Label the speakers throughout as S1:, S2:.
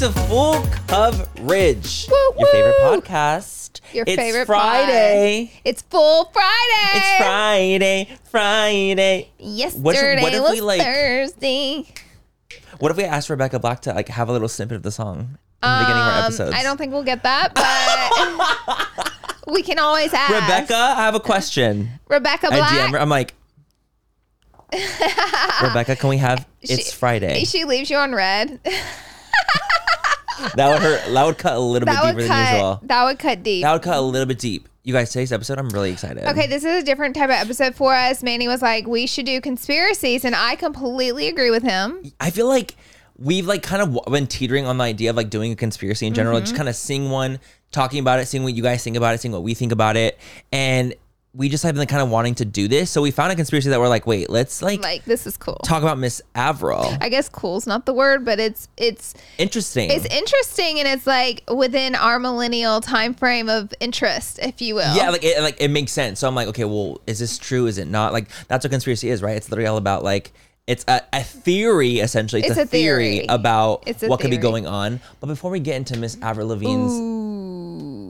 S1: to Full Coverage, your favorite podcast.
S2: Your
S1: it's
S2: favorite
S1: Friday.
S2: pod. It's full Friday.
S1: It's Friday, Friday.
S2: Yesterday
S1: What if- what if
S2: was
S1: we, like-
S2: Thursday.
S1: What if we asked Rebecca Black to like have a little snippet of the song in the beginning of our
S2: Um,
S1: episodes?
S2: I don't think we'll get that, but we can always ask.
S1: Rebecca, I have a question.
S2: Rebecca
S1: I
S2: Black.
S1: DM her. I'm like, Rebecca, can we have It's Friday?
S2: She leaves you on red.
S1: that would hurt. That would cut a little bit
S2: That
S1: deeper
S2: would
S1: than
S2: cut.
S1: usual.
S2: That would cut deep.
S1: That would cut a little bit deep. You guys, today's episode, I'm really excited.
S2: Okay, this is a different type of episode for us. Manny was like, we should do conspiracies, and I completely agree with him.
S1: I feel like we've like kind of w- been teetering on the idea of like doing a conspiracy in general, just kind of seeing one, talking about it, seeing what you guys think about it, seeing what we think about it, and we just have been kind of wanting to do this. So we found a conspiracy that we're like, wait, let's like,
S2: Like, this is cool.
S1: talk about Miss Avril.
S2: I guess cool's not the word, but it's it's
S1: Interesting.
S2: it's interesting and it's like within our millennial time frame of interest, if you will.
S1: yeah, like it, like it makes sense. So I'm like, okay, well, is this true? Is it not? Like that's what conspiracy is, right? It's literally all about like it's a, a theory essentially. It's, a, theory, about
S2: It's a
S1: what could be
S2: theory.
S1: going on. But before we get into Miss Avril Lavigne's
S2: Ooh,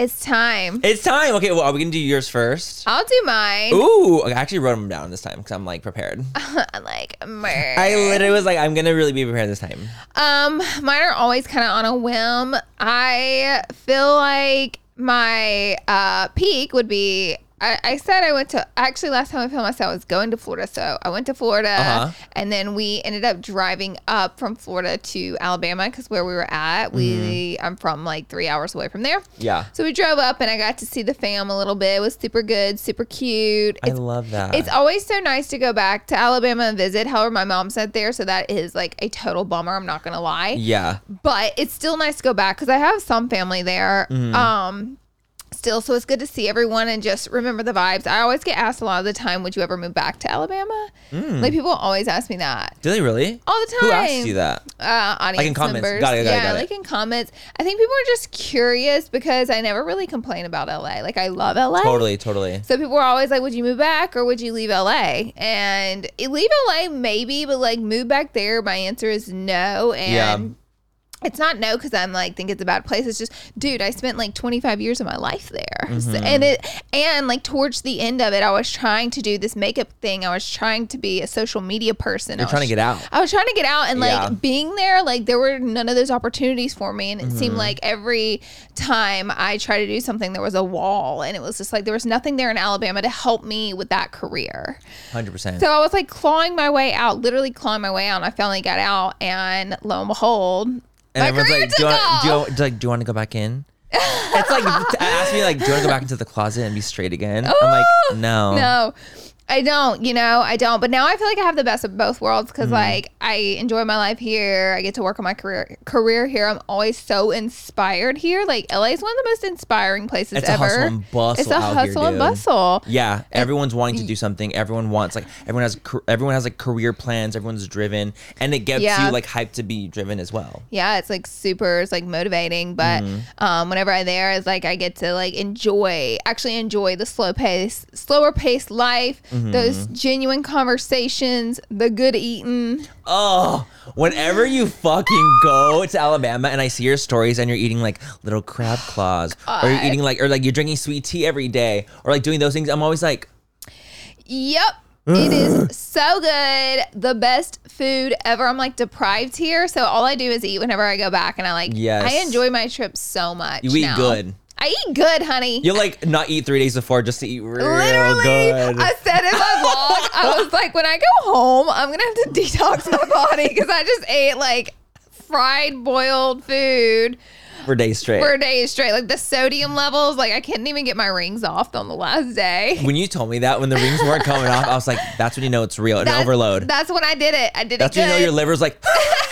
S2: It's time.
S1: It's time. Okay, well, are we gonna do yours first?
S2: I'll do mine.
S1: Ooh, I actually wrote them down this time because I'm like prepared.
S2: I'm like, mer.
S1: I literally was like, I'm gonna really be prepared this time.
S2: Um, mine are always kind of on a whim. I feel like my uh, peak would be. I, I said I went to actually last time I filmed myself I was going to Florida, so I went to Florida,
S1: Uh-huh.
S2: and then we ended up driving up from Florida to Alabama because where we were at, we I'm from like three hours away from there.
S1: Mm-hmm. Yeah,
S2: So we drove up, and I got to see the fam a little bit. It was super good, super cute.
S1: I love that.
S2: It's always so nice to go back to Alabama and visit. However, my mom's not there, so that is like a total bummer. I'm not gonna lie,
S1: yeah,
S2: but it's still nice to go back because I have some family there.
S1: Mm-hmm.
S2: Um, still, so it's good to see everyone and just remember the vibes. I always get asked a lot of the time, "Would you ever move back to Alabama?" Like people always ask me that
S1: do they really?
S2: all the time.
S1: Mm. Who asked you that?
S2: Uh, audience
S1: comments.
S2: members.
S1: Got it, got it,
S2: yeah,
S1: got it.
S2: like in comments. I think people are just curious because I never really complain about LA. Like I love LA.
S1: Totally, totally.
S2: So people were always like, "Would you move back or would you leave LA?" And eh, leave LA maybe, but like move back there. My answer is no, and it's not no because I'm like think it's a bad place. It's just, dude, I spent like 25 years of my life there, So-
S1: Mm-hmm.
S2: and it and like towards the end of it, I was trying to do this makeup thing. I was trying to be a social media person. I
S1: You're
S2: was
S1: trying to get out.
S2: I was trying to get out and like
S1: Yeah.
S2: being there, like there were none of those opportunities for me. And it seemed like every time I tried to do something, there was a wall. And it was just like there was nothing there in Alabama to help me with that career.
S1: Hundred percent.
S2: So I was like clawing my way out, literally clawing my way out. And I finally got out. And lo and behold,
S1: And
S2: my
S1: everyone's
S2: career
S1: like, do
S2: took
S1: you, want,
S2: off.
S1: do, you, do, like, do you want to go back in? It's like to ask me like, do you want to go back into the closet and be straight again? I'm like, no.
S2: No, I don't. You know, I don't. But now I feel like I have the best of both worlds
S1: Mm-hmm.
S2: because, like, I enjoy my life here. I get to work on my career career here. I'm always so inspired here. Like, LA is one of the most inspiring places
S1: It's a
S2: ever.
S1: hustle and bustle.
S2: it's a
S1: out
S2: hustle
S1: here,
S2: and
S1: dude.
S2: bustle.
S1: Yeah, everyone's wanting to do something. Everyone wants like everyone has car- everyone has like career plans. Everyone's driven, and it gets
S2: Yeah.
S1: you like hyped to be driven as well.
S2: yeah it's like super it's like motivating but
S1: Mm-hmm.
S2: um whenever i there is like i get to like enjoy actually enjoy the slow pace slower paced life
S1: Mm-hmm.
S2: those genuine conversations the good eating
S1: Oh, whenever you fucking go to Alabama and I see your stories and you're eating like little crab claws,
S2: Oh,
S1: or you're eating like or like you're drinking sweet tea every day, or like doing those things, I'm always like,
S2: yep it is so good the best food ever i'm like deprived here so all i do is eat whenever i go back and i like
S1: Yes.
S2: i enjoy my trip so much
S1: You eat
S2: now.
S1: good.
S2: i eat good honey
S1: you'll like not eat three days before just to eat real
S2: Literally,
S1: good.
S2: I said in my vlog, I was like, when I go home, I'm gonna have to detox my body because I just ate like fried boiled food
S1: for days straight.
S2: for days straight. Like the sodium levels, like I couldn't even get my rings off on the last day.
S1: when you told me that when the rings weren't coming off, I was like, that's when you know it's real. An
S2: That's-
S1: overload.
S2: That's when I did it. I did
S1: That's
S2: it.
S1: when you know
S2: good.
S1: your liver's like,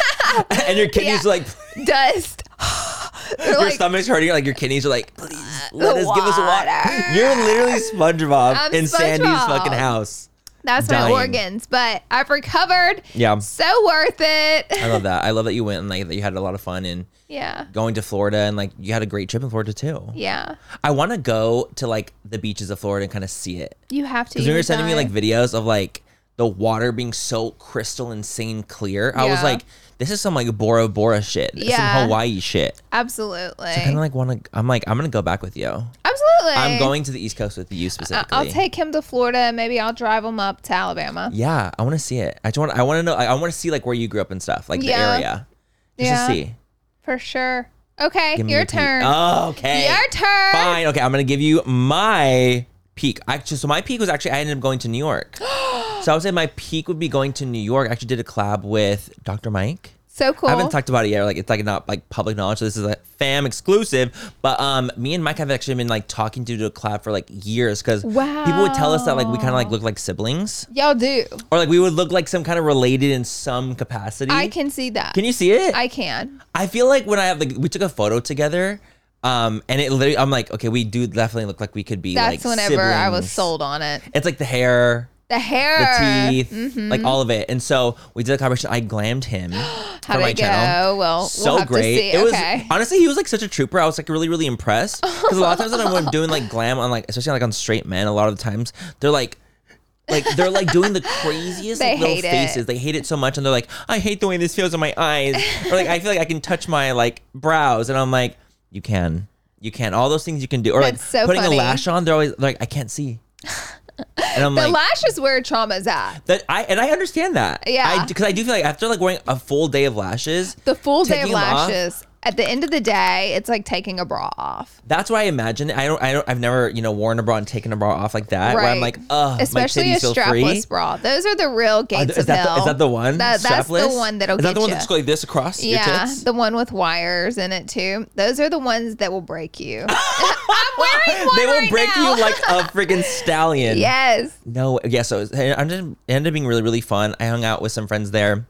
S1: and your kidneys
S2: Yeah.
S1: are like,
S2: dust. They're
S1: your
S2: like, Uh,
S1: stomach's hurting. Like your kidneys are like, please let us give us water.
S2: water.
S1: You're literally SpongeBob
S2: I'm
S1: in Sandy's
S2: SpongeBob.
S1: fucking house.
S2: that's my
S1: dying.
S2: organs, but I've recovered.
S1: Yeah.
S2: So worth it.
S1: I love that. I love that you went and like that you had a lot of fun and
S2: Yeah.
S1: going to Florida and like you had a great trip in Florida too.
S2: Yeah.
S1: I want to go to like the beaches of Florida and kind of see it.
S2: You have to.
S1: Because you
S2: you
S1: were sending me
S2: die.
S1: like videos of like the water being so crystal insane clear. I was
S2: Yeah.
S1: like, this is some like Bora Bora shit.
S2: Yeah.
S1: Some Hawaii shit.
S2: Absolutely.
S1: I kind of like want to. I'm like, I'm gonna go back with you.
S2: Absolutely.
S1: I'm going to the East Coast with you
S2: I-
S1: specifically.
S2: I'll take him to Florida and maybe I'll drive him up to Alabama.
S1: Yeah, I want to see it. I just want. I want to know. I, want to see like where you grew up and stuff, like the
S2: Yeah.
S1: area. Just to
S2: Yeah.
S1: see.
S2: For sure. Okay,
S1: Give me
S2: your
S1: peek.
S2: turn.
S1: Oh, okay.
S2: Your turn.
S1: Fine. Okay, I'm gonna give you my peak. Actually, so my peak was actually I ended up going to New York. so I would say my peak would be going to New York. I actually did a collab with Dr. Mike.
S2: So cool.
S1: I haven't talked about it yet. Like it's like not like public knowledge. So this is a fam exclusive. But um, me and Mike have actually been like talking to the collab for like years because people would tell us that like we kind of like look like siblings
S2: Y'all do.
S1: or like we would look like some kind of related in some capacity.
S2: I can see that.
S1: Can you see it?
S2: I can.
S1: I feel like when I have like we took a photo together, um, and it literally I'm like, okay, we do definitely look like we could be.
S2: That's
S1: like,
S2: whenever I was
S1: siblings.
S2: sold on it.
S1: It's like the hair,
S2: The hair.
S1: the teeth,
S2: Mm-hmm.
S1: like all of it. And so we did a collaboration. I glammed him for
S2: How'd
S1: my
S2: it go?
S1: channel.
S2: Well, we'll
S1: so
S2: have to
S1: great.
S2: see.
S1: It was
S2: Okay.
S1: honestly he was like such a trooper. I was like really really impressed because a lot of times when I'm doing like glam on like especially like on straight men, a lot of the times they're like. Like they're like doing the craziest
S2: They
S1: like, little
S2: hate it.
S1: faces. They hate it so much, and they're like, "I hate the way this feels on my eyes," or like, "I feel like I can touch my like brows," and I'm like, "You can, you can, all those things you can do." Or
S2: That's
S1: like
S2: so
S1: putting
S2: funny.
S1: a lash on, they're always like, "I can't see," and I'm
S2: The
S1: like,
S2: lash is where trauma's at.
S1: that I and I understand that.
S2: Yeah.
S1: because I, do feel like after like wearing a full day of lashes,
S2: The full day of
S1: Taking 'em off.
S2: lashes. At the end of the day, it's like taking a bra off.
S1: that's what I imagine. it. I don't. I don't. I've never you know worn a bra and taken a bra off like that. Where I'm like, ugh,
S2: especially
S1: my
S2: a
S1: titties feel
S2: strapless
S1: free.
S2: bra. Those are the real
S1: Is
S2: gates
S1: that,
S2: of hell.
S1: the, is that the one?
S2: That- that's the
S1: Strapless?
S2: one that'll
S1: Is that
S2: get
S1: the one
S2: you.
S1: that's like this across your
S2: Yeah,
S1: tits?
S2: the one with wires in it too. Those are the ones that will break you. I'm wearing one
S1: they will
S2: right
S1: break
S2: now.
S1: you like a freaking stallion.
S2: yes.
S1: No, yeah. So it I'm just it ended up being really, really fun. I hung out with some friends there,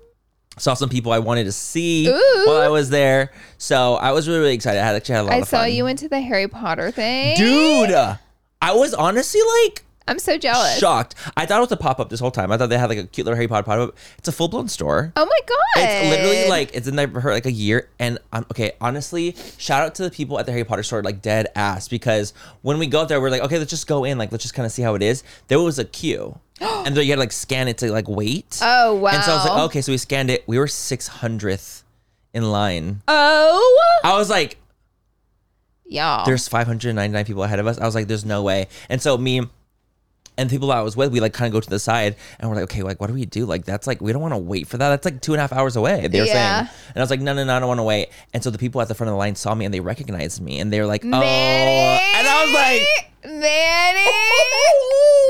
S1: saw some people I wanted to see
S2: Ooh.
S1: while I was there. So I was really, really excited. I had actually had a lot
S2: I
S1: of
S2: saw
S1: fun.
S2: you into the Harry Potter thing.
S1: dude.
S2: Eh.
S1: I was honestly like
S2: I'm so jealous.
S1: shocked. I thought it was a pop up this whole time. I thought they had like a cute little Harry Potter pop up. It's a full blown store.
S2: Oh my god.
S1: It's literally like it's in there for like a year. And um, okay, honestly, shout out to the people at the Harry Potter store, like dead ass, because when we go up there, we're like, okay, let's just go in, like let's just kind of see how it is. There was a queue, and then you had to like scan it to like wait.
S2: Oh wow.
S1: And so I was like, okay, so we scanned it. We were six hundredth in line.
S2: Oh
S1: I was like,
S2: y'all.
S1: there's 599 people ahead of us. I was like, there's no way. And so me and the people I was with, we like kind of go to the side and we're like, okay, like what do we do? Like that's like we don't want to wait for that. That's like two and a half hours away. They were
S2: Yeah.
S1: saying, and I was like, no, no, no, I don't want to wait. And so the people at the front of the line saw me and they recognized me and they were like, oh,
S2: Manny.
S1: and I was like.
S2: Manny.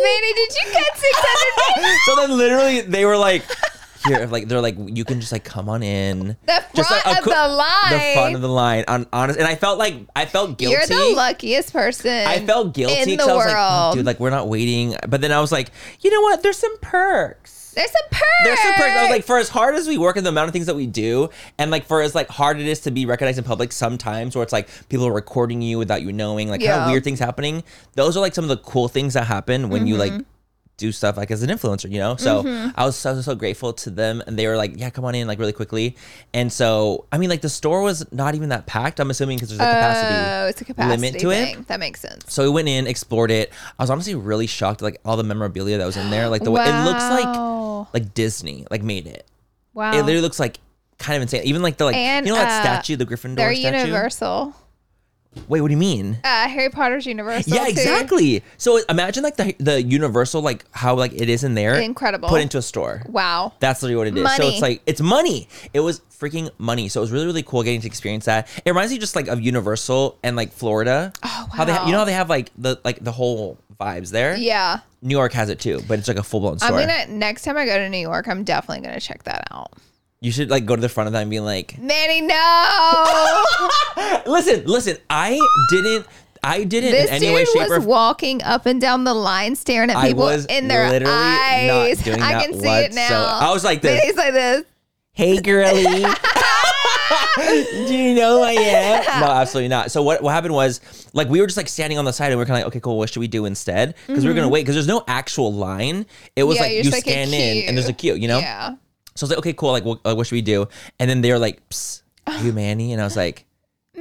S2: Manny, did you get 600 people?
S1: so then literally they were like here of like they're like you can just like come on in.
S2: The
S1: Just
S2: front
S1: a
S2: of the line.
S1: The front of the line. On honest, and I felt like I felt guilty.
S2: You're the luckiest person.
S1: I felt guilty
S2: in the
S1: because I was like, oh,
S2: world.
S1: dude, like we're not waiting. But then I was like, you know what? There's some perks.
S2: There's a perk.
S1: There's some perks. I was like, for as hard as we work and the amount of things that we do, and like for as like hard it is to be recognized in public sometimes, where it's like people are recording you without you knowing, like kind
S2: Yeah.
S1: of weird things happening. Those are like some of the cool things that happen when you like
S2: Mm-hmm.
S1: do stuff like as an influencer, you know? So I was so, so so grateful to them and they were like, Yeah, come on in like really quickly. And so I mean like the store was not even that packed, I'm assuming because there's a capacity.
S2: oh, it's a capacity
S1: limit to it.
S2: thing. That makes sense.
S1: So we went in, explored it. I was honestly really shocked, like all the memorabilia that was in there. Like the way it looks like
S2: Wow.
S1: like Disney, like made it.
S2: wow.
S1: It literally looks like kind of insane. Even like the like
S2: And,
S1: you know that
S2: uh,
S1: statue, the Gryffindor
S2: They're
S1: statue.
S2: universal.
S1: Wait, what do you mean?
S2: Uh, Harry Potter's universal.
S1: yeah,
S2: too.
S1: exactly. So imagine like the the universal like how like it is in there,
S2: Incredible.
S1: put into a store.
S2: Wow.
S1: That's literally what it is. So
S2: Money.
S1: it's like it's money. It was freaking money. So it was really really cool getting to experience that. It reminds me just like of Universal and like Florida.
S2: Oh,
S1: How they ha- you
S2: wow.
S1: know how they have like the like the whole vibes there.
S2: Yeah.
S1: New York has it too, but it's like a full blown
S2: I'm
S1: store.
S2: gonna next time I go to New York, I'm definitely gonna check that out.
S1: You should like go to the front of that and be like,
S2: Manny, no.
S1: listen, listen. I didn't. I didn't
S2: this
S1: in any
S2: dude
S1: way, shape, or
S2: was walking up and down the line, staring at
S1: I
S2: people
S1: was
S2: in their
S1: literally not
S2: eyes.
S1: doing
S2: I
S1: that
S2: can see it now.
S1: whatsoever. I was like this.
S2: He's like this.
S1: Hey, girly. Do you know who I am? No, absolutely not. So what, what happened was, like, we were just like standing on the side, and we are kind of like, okay, cool. What should we do instead? Because we were gonna wait because there's no actual line. It was
S2: Mm-hmm. Yeah,
S1: like
S2: you're
S1: you
S2: just, like, a
S1: scan in,
S2: queue.
S1: and there's a queue. You know.
S2: Yeah.
S1: So I was like, okay, cool. Like, what, like, what should we do? And then they were like, Psst, you Manny, and I was like,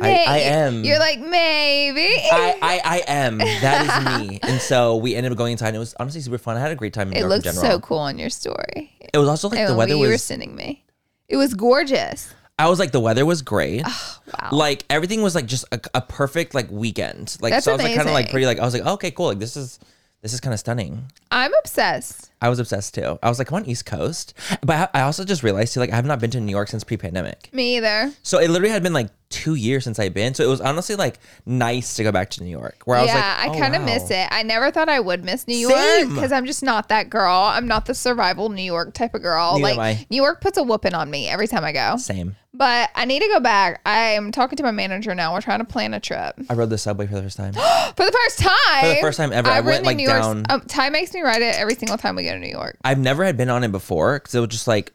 S1: I, I
S2: May-
S1: am.
S2: You're like maybe.
S1: I, I, I am. That is me. And so we ended up going inside. And it was honestly super fun. I had a great time in New
S2: it
S1: York in
S2: looked
S1: general.
S2: so cool on your story.
S1: It was also like
S2: and
S1: the
S2: what
S1: weather
S2: you
S1: was.
S2: were sending me. It was gorgeous.
S1: I was like, the weather was great.
S2: Oh, Wow.
S1: Like everything was like just a, a perfect like weekend. Like
S2: That's
S1: so, I was like kind of like
S2: amazing.
S1: pretty like I was like oh, okay, cool. Like this is this is kind of stunning.
S2: I'm obsessed.
S1: I was obsessed too. I was like, I'm on East Coast, but I I also just realized too, like I have not been to New York since pre-pandemic.
S2: Me either.
S1: So it literally had been like two years since I've been. So it was honestly like nice to go back to New York, where I was like,
S2: yeah, I
S1: oh,
S2: kind of
S1: wow.
S2: miss it. I never thought I would miss New York
S1: Same.
S2: because I'm just not that girl. I'm not the survival New York type of girl.
S1: Neither
S2: like
S1: am I.
S2: New York puts a whooping on me every time I go.
S1: Same.
S2: But I need to go back. I am talking to my manager now. We're trying to plan a trip
S1: I rode the subway for the first time.
S2: for the first time.
S1: For the first time ever, I
S2: rode
S1: went,
S2: the
S1: like,
S2: New York-
S1: down-
S2: Um, Ty makes me ride it every single time we go to New York.
S1: I've never had been on it before because it was just like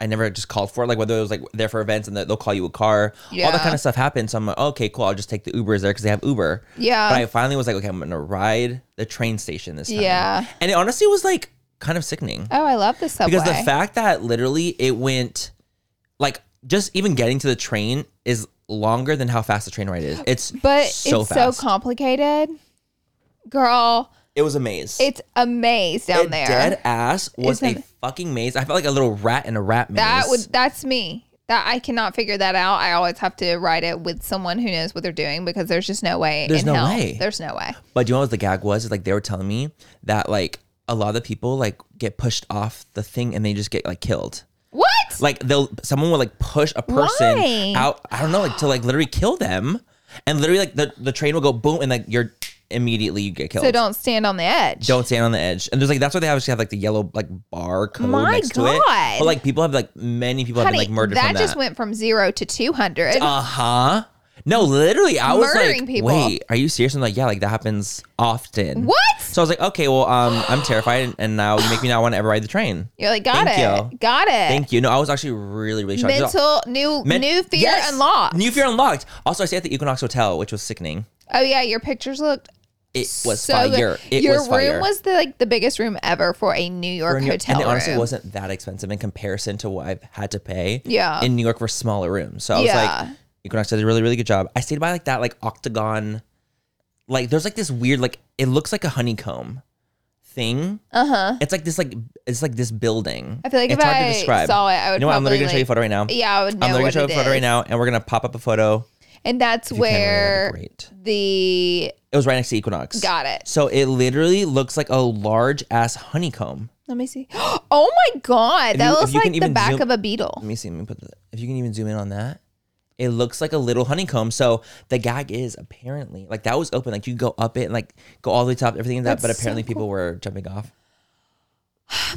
S1: I never just called for it. Like whether it was like there for events and that they'll call you a car, all
S2: Yeah.
S1: that kind of stuff happens. So I'm like, okay, cool. I'll just take the Ubers there because they have Uber.
S2: Yeah.
S1: But I finally was like, okay, I'm gonna ride the train station this time.
S2: Yeah.
S1: And it honestly was like kind of sickening
S2: Oh, I love the subway.
S1: because the fact that literally it went like just even getting to the train is longer than how fast the train ride is. It's
S2: but
S1: so
S2: it's
S1: fast.
S2: so complicated, girl.
S1: it was a maze.
S2: It's a maze down
S1: it
S2: there.
S1: dead ass was
S2: Isn't
S1: a
S2: it-
S1: fucking maze. I felt like a little rat in a rat maze.
S2: That would that's me. That I cannot figure that out. I always have to write it with someone who knows what they're doing because there's just no way.
S1: There's
S2: in
S1: no
S2: hell.
S1: way.
S2: There's no way.
S1: But do you know what the gag was? Is like they were telling me that like a lot of people like get pushed off the thing and they just get like killed.
S2: What?
S1: Like they'll someone will like push a person
S2: Why?
S1: out. I don't know, like to like literally kill them, and literally like the the train will go boom and like you're immediately you get killed.
S2: So don't stand on the edge.
S1: Don't stand on the edge. And there's like that's why they obviously have like the yellow like bar code
S2: My
S1: next to it.
S2: God.
S1: But like people have like many people
S2: Honey,
S1: have been like murdered
S2: that
S1: from that.
S2: just went from zero to two hundred.
S1: uh huh. No, literally, I was
S2: Murdering
S1: like,
S2: people.
S1: wait, are you serious? I'm like, yeah, like that happens often.
S2: what?
S1: So I was like, okay, well, um, I'm terrified, and now you make me not want to ever ride the train.
S2: You're like, got
S1: Thank
S2: it, got it.
S1: Thank you. No, I was actually really, really shocked.
S2: Mental new
S1: Men-
S2: new fear
S1: Yes!
S2: unlocked.
S1: New fear unlocked. Also, I stayed at the Equinox Hotel, which was sickening.
S2: oh yeah, your pictures looked
S1: It was
S2: so good.
S1: fire. It
S2: Your
S1: was
S2: room
S1: fire.
S2: was the like the biggest room ever for a New York
S1: For New-
S2: hotel
S1: and it honestly
S2: room.
S1: wasn't that expensive in comparison to what I've had to pay.
S2: Yeah.
S1: In New York for smaller rooms, so I was
S2: Yeah.
S1: like, Equinox did a really, really good job. I stayed by like that like octagon, like there's like this weird like it looks like a honeycomb thing.
S2: Uh huh.
S1: It's like this like it's like this building.
S2: I feel like
S1: it's
S2: if
S1: hard to
S2: I
S1: describe.
S2: saw it, I would
S1: You know what? I'm literally
S2: probably,
S1: gonna show you a
S2: like-
S1: photo right now.
S2: Yeah, I would know
S1: I'm literally
S2: what
S1: gonna
S2: it
S1: show a photo right
S2: is.
S1: now, and we're gonna pop up a photo.
S2: And that's
S1: If you can, Lily,
S2: where
S1: that'd be great.
S2: the
S1: It was right next to Equinox.
S2: got it.
S1: So it literally looks like a large ass honeycomb.
S2: Let me see. Oh my god,
S1: If
S2: that
S1: you- if
S2: looks
S1: you can
S2: like the
S1: even
S2: back
S1: zoom-
S2: of a
S1: Let
S2: beetle.
S1: me see. Let me put. The, if you can even zoom in on that, it looks like a little honeycomb. So the gag is apparently like that was open. Like you go up it and like go all the way top, everything in that.
S2: That's
S1: But
S2: so
S1: apparently people were jumping off.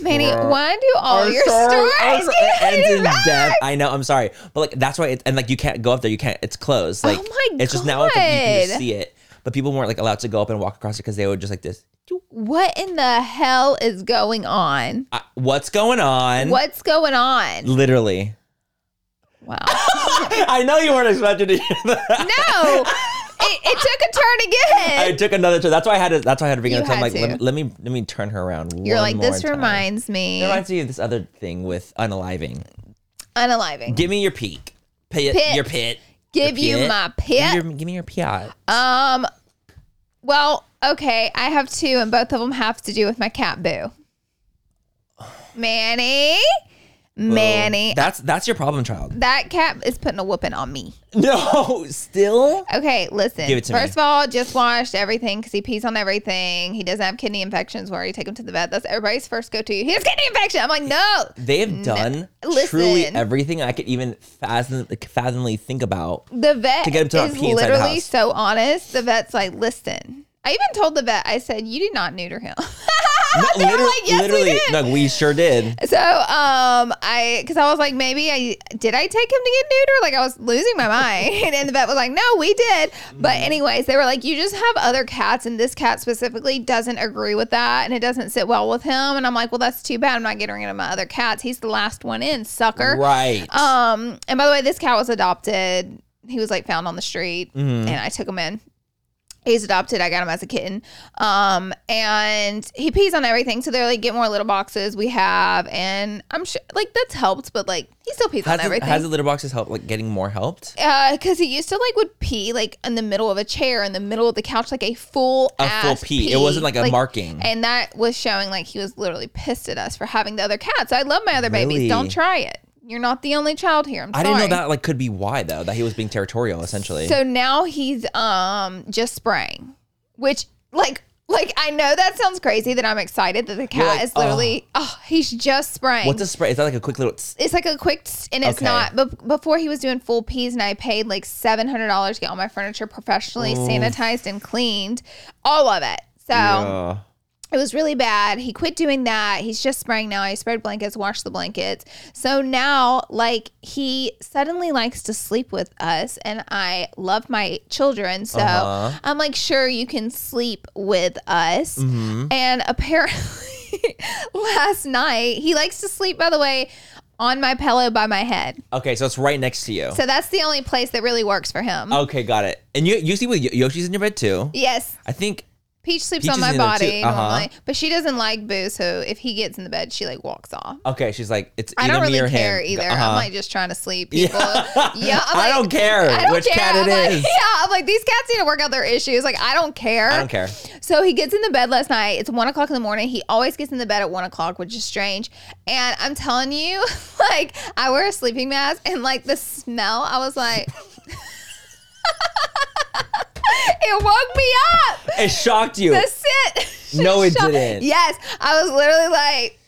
S2: Manny, why do all
S1: Mm, I'm
S2: your
S1: sorry. I'm
S2: stories
S1: so-
S2: get
S1: it ends
S2: hated
S1: in
S2: back?
S1: death. I know. I'm sorry, but like that's why. It, and like you can't go up there. You can't. It's closed. Like
S2: Oh my
S1: it's just now. It's like, you can
S2: God.
S1: just see it. But people weren't like allowed to go up and walk across it because they would just like this.
S2: What in the hell is going on?
S1: I, what's going on?
S2: What's going on?
S1: Literally.
S2: Wow.
S1: I know you weren't expecting to hear that.
S2: no, it, it took a turn
S1: I
S2: again.
S1: took another turn. That's why I had to. That's why I had to bring it
S2: You
S1: up. 'cause I'm
S2: had
S1: like, let,
S2: to.
S1: me- let me let me turn her around.
S2: You're
S1: one
S2: like,
S1: more
S2: this
S1: time."
S2: reminds me.
S1: It reminds me of this other thing with unaliving.
S2: Unaliving.
S1: Give me your peak. Pit,
S2: Pit.
S1: Your pit.
S2: Give
S1: your
S2: you
S1: pit.
S2: my
S1: Give,
S2: pit.
S1: your, give me your piat.
S2: Um, well, okay, I have two, and both of them have to do with my cat Boo. Manny, Manny,
S1: That's that's your problem, child.
S2: that cat is putting a whooping on me.
S1: No, still.
S2: Okay, listen.
S1: Give it to me.
S2: First of all, just washed everything because he pees on everything. He doesn't have kidney infections. Where you take him to the vet, that's everybody's first go to. He has kidney infection. I'm like, no.
S1: They have done truly
S2: Listen.
S1: everything I could even fathom, fathomly think about.
S2: The vet
S1: To get him to not
S2: is
S1: pee inside the
S2: literally
S1: house.
S2: so honest. The vet's like, listen. I even told the vet, I said, you did not neuter him.
S1: No,
S2: They were
S1: literally,
S2: like, yes, we
S1: literally,
S2: did.
S1: no, we sure did.
S2: So, um, I because I was like, maybe I did I take him to get neutered? Like I was losing my mind, and the vet was like, no, we did. But
S1: Mm.
S2: anyways, they were like, you just have other cats, and this cat specifically doesn't agree with that, and it doesn't sit well with him. And I'm like, well, that's too bad. I'm not getting rid of my other cats. He's the last one in, sucker.
S1: Right.
S2: Um, and by the way, this cat was adopted. He was like found on the street,
S1: Mm-hmm.
S2: and I took him in. He's adopted. I got him as a kitten. Um, and he pees on everything. So they're like, get more little boxes we have. And I'm sure, like, that's helped, but like, he still pees
S1: has,
S2: on
S1: the,
S2: everything.
S1: has the litter boxes helped, like getting more helped?
S2: Uh, cause he used to like would pee like in the middle of a chair, in the middle of the couch, like a full
S1: A full
S2: ass
S1: pee. It wasn't like a marking.
S2: and that was showing like he was literally pissed at us for having the other cats. I love my other
S1: Really?
S2: babies. Don't try it. You're not the only child here. I'm
S1: I
S2: sorry.
S1: didn't know that like could be why though that he was being territorial essentially.
S2: So now he's um just spraying, which like like I know that sounds crazy that I'm excited that the cat
S1: like,
S2: is literally oh. he's just spraying.
S1: What's a spray? Is that like a quick little? tss?
S2: it's like a quick tss, and it's
S1: Okay.
S2: not. But before he was doing full peas, and I paid like seven hundred dollars to get all my furniture professionally sanitized and cleaned, all of it. So
S1: Yeah.
S2: it was really bad. He quit doing that. He's just spraying now. I spread blankets, washed the blankets. So now, like, he suddenly likes to sleep with us, and I love my children. So
S1: Uh-huh.
S2: I'm like, sure, you can sleep with us.
S1: Mm-hmm.
S2: And apparently, last night, he likes to sleep, by the way, on my pillow by my head.
S1: Okay, so it's right next to you.
S2: So that's the only place that really works for him.
S1: okay, got it. And you you see with Yo- Yoshi's in your bed too.
S2: Yes.
S1: I think
S2: Peach sleeps
S1: Peach
S2: on
S1: is
S2: my
S1: in there too.
S2: body
S1: Uh-huh.
S2: normally, but she doesn't like boo. So if he gets in the bed, she like walks off.
S1: okay, she's like it's
S2: I
S1: either
S2: don't
S1: me
S2: really
S1: or
S2: care
S1: him.
S2: either.
S1: Uh-huh.
S2: I'm like just trying to sleep. People. Yeah,
S1: I
S2: I'm like,
S1: don't care
S2: I don't
S1: which
S2: care.
S1: cat
S2: I'm
S1: it
S2: like,
S1: is.
S2: Yeah, I'm like these cats need to work out their issues. Like I don't care.
S1: I don't care.
S2: So he gets in the bed last night. It's one o'clock in the morning. He always gets in the bed at one o'clock, which is strange. And I'm telling you, like I wear a sleeping mask, and like the smell, I was like. It woke me up.
S1: It shocked you.
S2: That's it.
S1: No, it
S2: Shock-
S1: didn't.
S2: Yes, I was literally like,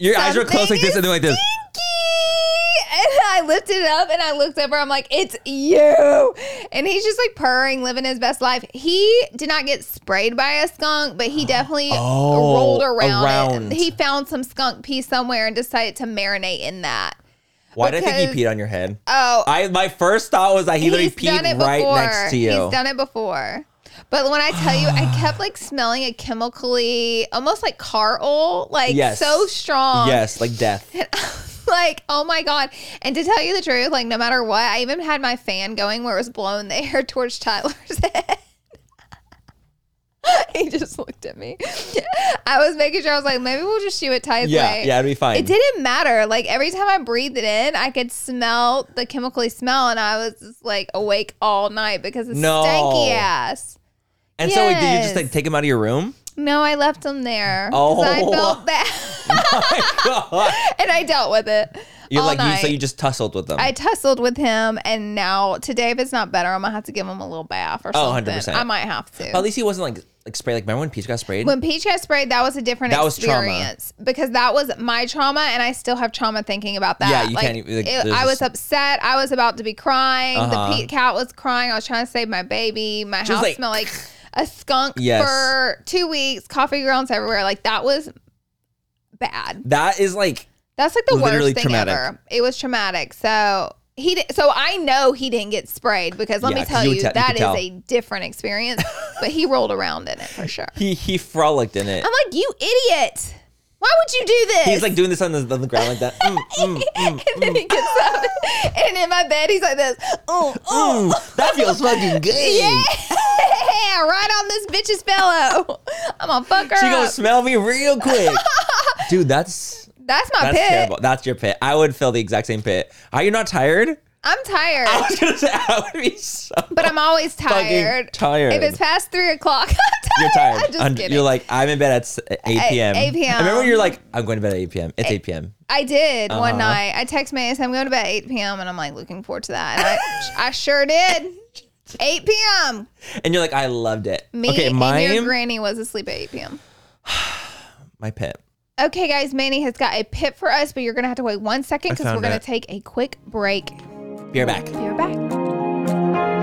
S1: Your eyes were closed like
S2: Something
S1: this and then like this.
S2: stinky. And I lifted it up and I looked over. I'm like, it's you. And he's just like purring, living his best life. He did not get sprayed by a skunk, but he definitely
S1: Oh,
S2: rolled around.
S1: around.
S2: It. He found some skunk pee somewhere and decided to marinate in that.
S1: Why did I think he
S2: because-
S1: peed on your head?
S2: Oh,
S1: I my first thought was that he literally
S2: he's
S1: peed
S2: done it
S1: right
S2: before.
S1: next to you.
S2: He's done it before. But when I tell you, I kept like smelling a chemically, almost like car oil, like
S1: Yes.
S2: so strong.
S1: yes, like death.
S2: like oh my god and to tell you the truth like no matter what i even had my fan going where it was blowing the air towards tyler's head he just looked at me i was making sure i was like maybe we'll just shoot it tyler's
S1: Yeah,
S2: way
S1: yeah, it'd be fine.
S2: it didn't matter like every time i breathed it in i could smell the chemically smell and i was just like awake all night because it's
S1: No.
S2: stanky ass
S1: And so like, did you just
S2: Yes.
S1: like take him out of your room?
S2: no i left him there 'cause i
S1: Oh.
S2: felt bad and i dealt with it
S1: You're
S2: all
S1: like you, so
S2: night.
S1: you just tussled with them.
S2: I tussled with him, and now today, if it's not better, I'm gonna have to give him a little bath or
S1: Oh,
S2: something.
S1: 100%.
S2: I might have to.
S1: But at least he wasn't like like sprayed. Like remember when Peach got sprayed?
S2: when Peach got sprayed, that was a different
S1: That was trauma.
S2: experience because that was my trauma, and I still have trauma thinking about that.
S1: Yeah, you can't even- like,
S2: it-
S1: there's
S2: I was
S1: just-
S2: upset. I was about to be crying.
S1: Uh-huh.
S2: The Pete cat was crying. I was trying to save my baby. My
S1: was
S2: house
S1: like-
S2: smelled like a skunk
S1: Yes.
S2: for two weeks. Coffee grounds everywhere. Like that was bad.
S1: That is like
S2: That's like the
S1: Literally
S2: worst thing
S1: traumatic.
S2: ever. It was traumatic. So he, di- so I know he didn't get sprayed because let
S1: Yeah,
S2: me
S1: 'cause
S2: tell
S1: you
S2: you,
S1: would te- you
S2: that
S1: could
S2: is
S1: tell.
S2: a different experience. but he rolled around in it for sure.
S1: he he frolicked in it.
S2: I'm like, you idiot! Why would you do this?
S1: He's like doing this on the, on the ground like that. Mm, mm, mm,
S2: and then he gets up, and in my bed he's like this. Oh, oh,
S1: mm. That feels fucking good.
S2: yeah! right on this bitch's fellow. I'm gonna fuck her
S1: She
S2: up.
S1: gonna smell me real quick, dude. That's
S2: That's my
S1: that's
S2: pit.
S1: terrible. That's your pit. I would fill the exact same pit. Are you not tired?
S2: I'm tired,
S1: I was gonna say I would be so.
S2: but I'm always
S1: Fucking
S2: tired.
S1: tired.
S2: If it's past three o'clock, I'm
S1: you're tired.
S2: I'm just
S1: And
S2: kidding.
S1: You're like I'm in bed at s- 8 p.m.
S2: 8 p.m..
S1: I remember you're like I'm going to bed at 8 p.m. It's 8 p.m.
S2: I did
S1: Uh-huh.
S2: one night. I text Mace, I'm going to bed at 8 p.m. and I'm like looking forward to that. And I, I sure did. 8 p.m.
S1: And you're like I loved it.
S2: Me
S1: okay,
S2: and
S1: my
S2: your granny was asleep at 8 p.m.
S1: my pit.
S2: Okay, guys, Manny has got a pit for us, but you're going to have to wait one second
S1: I
S2: because
S1: found
S2: we're going
S1: it.
S2: to take a quick break.
S1: Be right back.
S2: Be right back.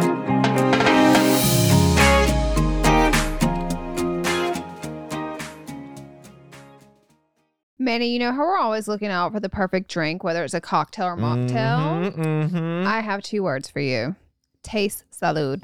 S2: Manny, you know how we're always looking out for the perfect drink, whether it's a cocktail or mocktail?
S1: Mhm, mhm.
S2: I have two words for you. Taste salud.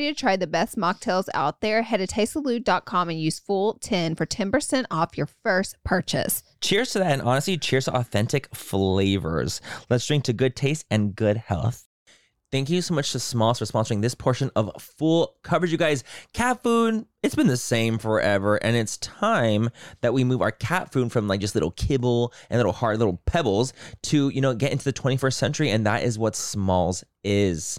S2: to try the best mocktails out there, head to tastesalute.com and use full 10 for 10% off your first purchase.
S1: Cheers to that, and honestly, cheers to authentic flavors. Let's drink to good taste and good health. Thank you so much to Smalls for sponsoring this portion of full coverage, you guys. Cat food, it's been the same forever, and it's time that we move our cat food from like just little kibble and little hard little pebbles to, you know, get into the 21st century, and that is what Smalls is.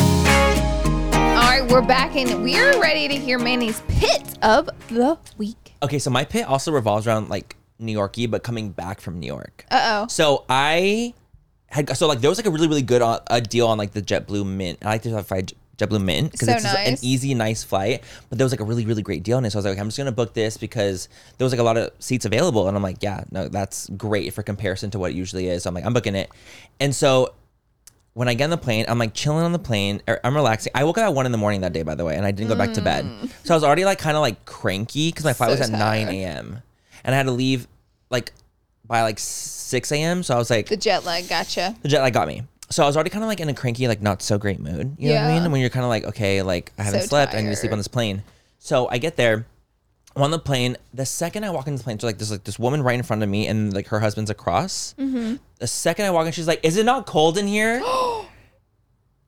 S2: All right, we're back, and we're ready to hear Manny's pit of the week.
S1: Okay, so my pit also revolves around like New Yorkie, but coming back from New York.
S2: Uh oh.
S1: So I had so like there was like a really really good uh, a deal on like the JetBlue Mint. I like to fly J- JetBlue Mint because
S2: So
S1: it's just an
S2: nice.
S1: easy nice flight. But there was like a really really great deal on it. So I was like, okay, I'm just gonna book this because there was like a lot of seats available, and I'm like, yeah, no, that's great for comparison to what it usually is. So I'm like, I'm booking it, and so. When I get on the plane, I'm like chilling on the plane. Or I'm relaxing. I woke up at one in the morning that day, by the way, and I didn't go back to bed. So I was already like kind of like cranky because my flight
S2: Mm. So
S1: was at
S2: tired.
S1: 9 a.m. and I had to leave like by like 6 a.m. So I was like,
S2: The jet lag, gotcha.
S1: the jet lag got me. So I was already kind of like in a cranky, like not so great mood. You know what I
S2: Yeah.
S1: mean? When you're kind of like, okay, like I haven't
S2: So
S1: slept. I need to sleep
S2: tired.
S1: on this plane. So I get there. I'm on the plane. The second I walk in the plane, so like there's like this woman right in front of me, and like her
S2: Mm-hmm.
S1: husband's across. The second I walk in, she's like, "Is it not cold in here?"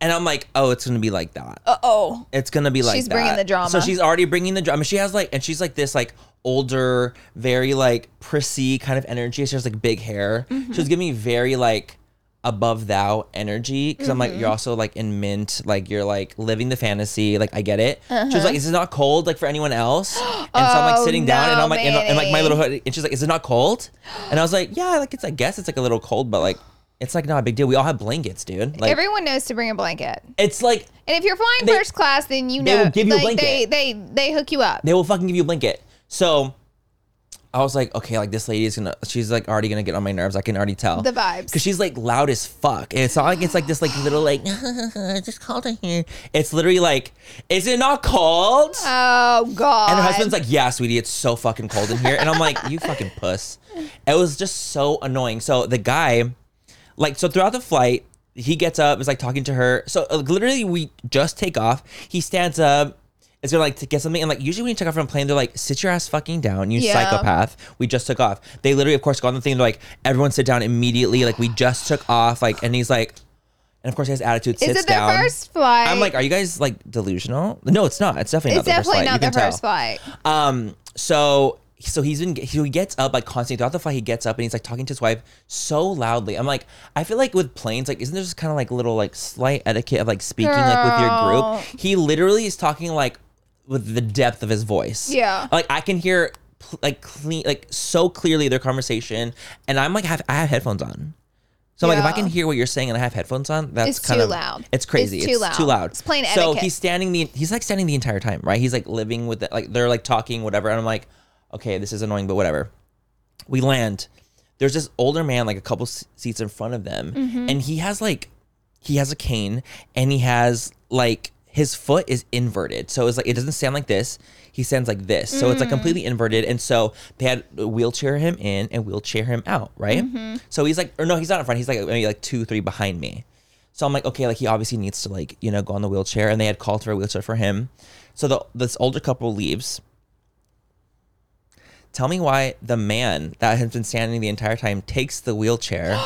S1: And I'm like, oh, it's gonna be like that.
S2: Uh oh.
S1: It's gonna be like
S2: She's
S1: that.
S2: bringing the drama.
S1: So she's already bringing the drama. She has like, and she's like this like older, very like prissy kind of energy. She has like big hair.
S2: Mm-hmm.
S1: She was giving me very like above thou energy because I'm like,
S2: Mm-hmm.
S1: you're also like in mint, like you're like living the fantasy. Like I get it. She was like, is it not cold like for anyone else? And so I'm
S2: Uh-huh. Oh,
S1: like sitting down and
S2: no,
S1: I'm like, and, and, like my
S2: Manny.
S1: little hood, and she's like, is it not cold? And I was like, yeah, like it's I guess it's like a little cold, but like. It's like not a big deal. We all have blankets, dude. Like
S2: Everyone knows to bring a blanket.
S1: it's like
S2: And if you're flying
S1: They-
S2: first class, then you
S1: they
S2: know
S1: will give you a
S2: like, they,
S1: blanket.
S2: they they hook you up.
S1: they will fucking give you a blanket. So I was like, okay, like this lady is gonna, she's like already gonna get on my nerves. I can already tell.
S2: The vibes.
S1: Cause she's like loud as fuck. And it's not like it's like this like little like, it's just cold in here. It's literally like, is it not cold?
S2: oh god.
S1: and her husband's like, yeah, sweetie, it's so fucking cold in here. And I'm like, you fucking puss. It was just so annoying. So the guy, like, so throughout the flight, he gets up, is like talking to her. So uh, literally, we just take off. He stands up, is gonna like to get something. And like, usually when you take off from a plane, they're like, sit your ass fucking down, you
S2: Yeah.
S1: psychopath. We just took off. They literally, of course, go on the thing. They're like, everyone sit down immediately. Like, we just took off. Like, and he's like, and of course, he has attitude.
S2: Is
S1: sits
S2: it their
S1: down.
S2: first flight?
S1: I'm like, are you guys like delusional? No, it's not. It's definitely
S2: it's
S1: not the first flight.
S2: definitely not
S1: You
S2: the
S1: can tell.
S2: first flight.
S1: Um, so so he's been so he gets up like constantly throughout the flight. He gets up and he's like talking to his wife so loudly. I'm like, I feel like with planes, like isn't there just kind of like little like slight etiquette of like speaking like with your
S2: Girl.
S1: group? He literally is talking like with the depth of his voice.
S2: Yeah.
S1: like I can hear pl- like clean like so clearly their conversation, and I'm like have I have headphones on. So I'm like if I
S2: Yeah.
S1: can hear what you're saying and I have headphones on, that's
S2: It's
S1: kind
S2: too
S1: of
S2: loud.
S1: It's crazy. It's too loud.
S2: It's plain
S1: so
S2: etiquette.
S1: he's standing the he's like standing the entire time, right? He's like living with it, like they're like talking, whatever. And I'm like, okay, this is annoying, but whatever. We land. There's this older man, like a couple s- seats in front of them,
S2: Mm-hmm.
S1: and he has like he has a cane and he has like his foot is inverted. So it's like it doesn't stand like this. He stands like this. So it's like completely inverted. And so they had wheelchair him in and wheelchair him out, right? So he's like, or no, he's not in front. He's like maybe like two, three behind me. So I'm like, okay, like he obviously needs to like, you know, go on the wheelchair. And they had called for a wheelchair for him. So the this older couple leaves. Tell me why the man that has been standing the entire time takes the wheelchair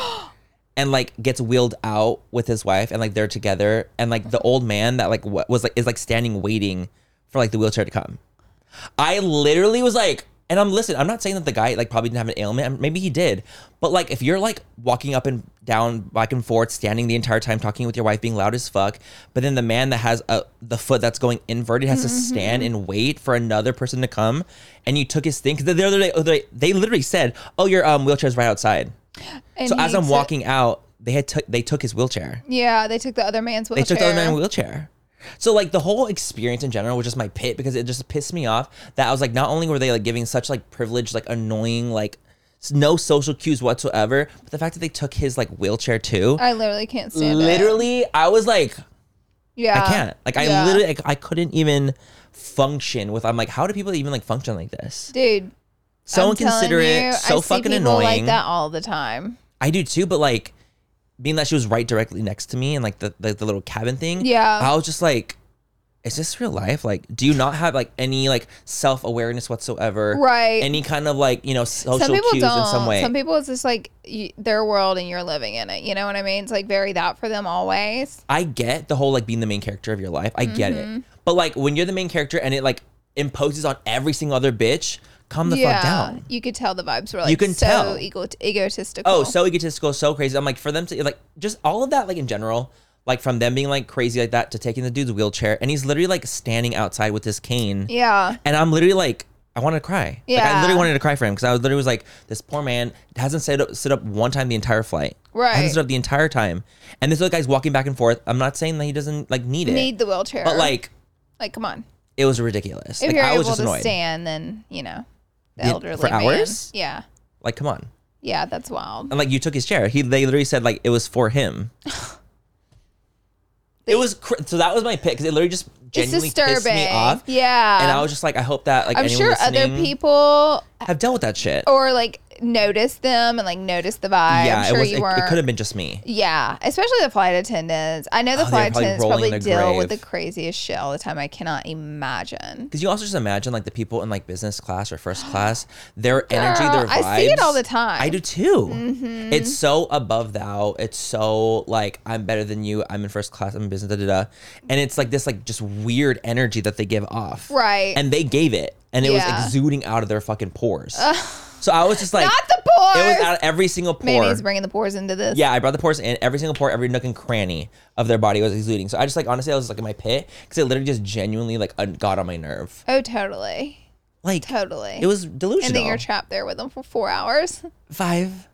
S1: and like gets wheeled out with his wife and like they're together and like the old man that like wa- was like is like standing waiting for like the wheelchair to come. I literally was like, and I'm listen. I'm not saying that the guy like probably didn't have an ailment. and Maybe he did, but like if you're like walking up and down, back and forth, standing the entire time, talking with your wife, being loud as fuck, but then the man that has a the foot that's going inverted has to stand and wait for another person to come, and you took his thing because the other day oh, they, they literally said, "Oh, your um wheelchair's right outside."
S2: And
S1: so
S2: he
S1: as I'm
S2: took-
S1: walking out, they had took they took his wheelchair.
S2: yeah, they took the other man's
S1: They
S2: wheelchair.
S1: took the other man in a wheelchair. So like the whole experience in general was just my pit because it just pissed me off that I was like not only were they like giving such like privileged like annoying like s- no social cues whatsoever, but the fact that they took his like wheelchair too.
S2: I literally can't stand it.
S1: literally, I was like,
S2: Yeah.
S1: I can't. Like I
S2: Yeah.
S1: literally like, I couldn't even function with. I'm like, how do people even like function like this?
S2: Dude.
S1: So
S2: I'm telling you,
S1: inconsiderate, so
S2: I see
S1: fucking
S2: people
S1: annoying.
S2: like that all the time.
S1: I do too, but like being that she was right directly next to me and like the the, the little cabin thing.
S2: Yeah.
S1: I was just like, is this real life? Like, do you not have like any like self awareness whatsoever?
S2: Right.
S1: Any kind of like you know social
S2: some people
S1: cues
S2: don't.
S1: in some way.
S2: Some people it's just like y their world and you're living in it. You know what I mean? It's like very that for them always.
S1: I get the whole like being the main character of your life. I get
S2: Mm-hmm.
S1: it. But like when you're the main character and it like imposes on every single other bitch, calm the fuck down.
S2: you could tell the vibes were like
S1: can
S2: so
S1: tell.
S2: ego- egotistical.
S1: oh so egotistical so crazy i'm like for them to like just all of that like in general like from them being like crazy like that to taking the dude's wheelchair and he's literally like standing outside with his cane
S2: yeah,
S1: and i'm literally like i wanted to cry like i
S2: Yeah.
S1: literally wanted to cry for him because i was literally was like this poor man hasn't sit up, sit up one time the entire flight
S2: Right.
S1: hasn't stood up the entire time and this little guy's walking back and forth i'm not saying that he doesn't like need it
S2: need the wheelchair.
S1: but like
S2: like come on.
S1: it was ridiculous
S2: If
S1: like
S2: you're
S1: i was
S2: able
S1: just
S2: to
S1: annoyed
S2: stand, then you know the
S1: Yeah,
S2: elderly
S1: for
S2: man.
S1: hours? Um,
S2: Yeah,
S1: like come on
S2: yeah, that's wild.
S1: and like you took his chair. He they literally said like it was for him. it was cr- so that was my pick because it literally just genuinely pissed me off.
S2: Yeah.
S1: And I was just like, I hope that like
S2: I'm
S1: anyone
S2: sure other
S1: listening
S2: people
S1: have dealt with that shit.
S2: or like noticed them and like noticed the vibe.
S1: yeah,
S2: I'm sure
S1: it was.
S2: you
S1: it,
S2: weren't.
S1: it could have been just me.
S2: Yeah, especially the flight attendants. I know the
S1: Oh, they were
S2: flight
S1: probably
S2: attendants
S1: rolling
S2: probably
S1: in
S2: deal
S1: the
S2: with the
S1: grave.
S2: craziest shit all the time. I cannot imagine.
S1: Because you also just imagine like the people in like business class or first class, their energy,
S2: Girl,
S1: their vibes.
S2: I see it all the time. Mm-hmm.
S1: I do too. It's so above thou. It's so like I'm better than you. I'm in first class. I'm in business. Da da da. And it's like this like just weird energy that they give off.
S2: Right.
S1: And they gave it, and it
S2: Yeah.
S1: was exuding out of their fucking pores. so I was just like,
S2: Not the pores.
S1: It was out of every single pore.
S2: Maybe he's bringing the pores into this.
S1: Yeah, I brought the pores in. Every single pore, every nook and cranny of their body was exuding. So I just like honestly, I was like in my pit because it literally just genuinely like un- got on my nerve.
S2: Oh, totally.
S1: Like
S2: Totally.
S1: it was
S2: And
S1: delusional.
S2: then you're trapped there with them for four hours.
S1: five.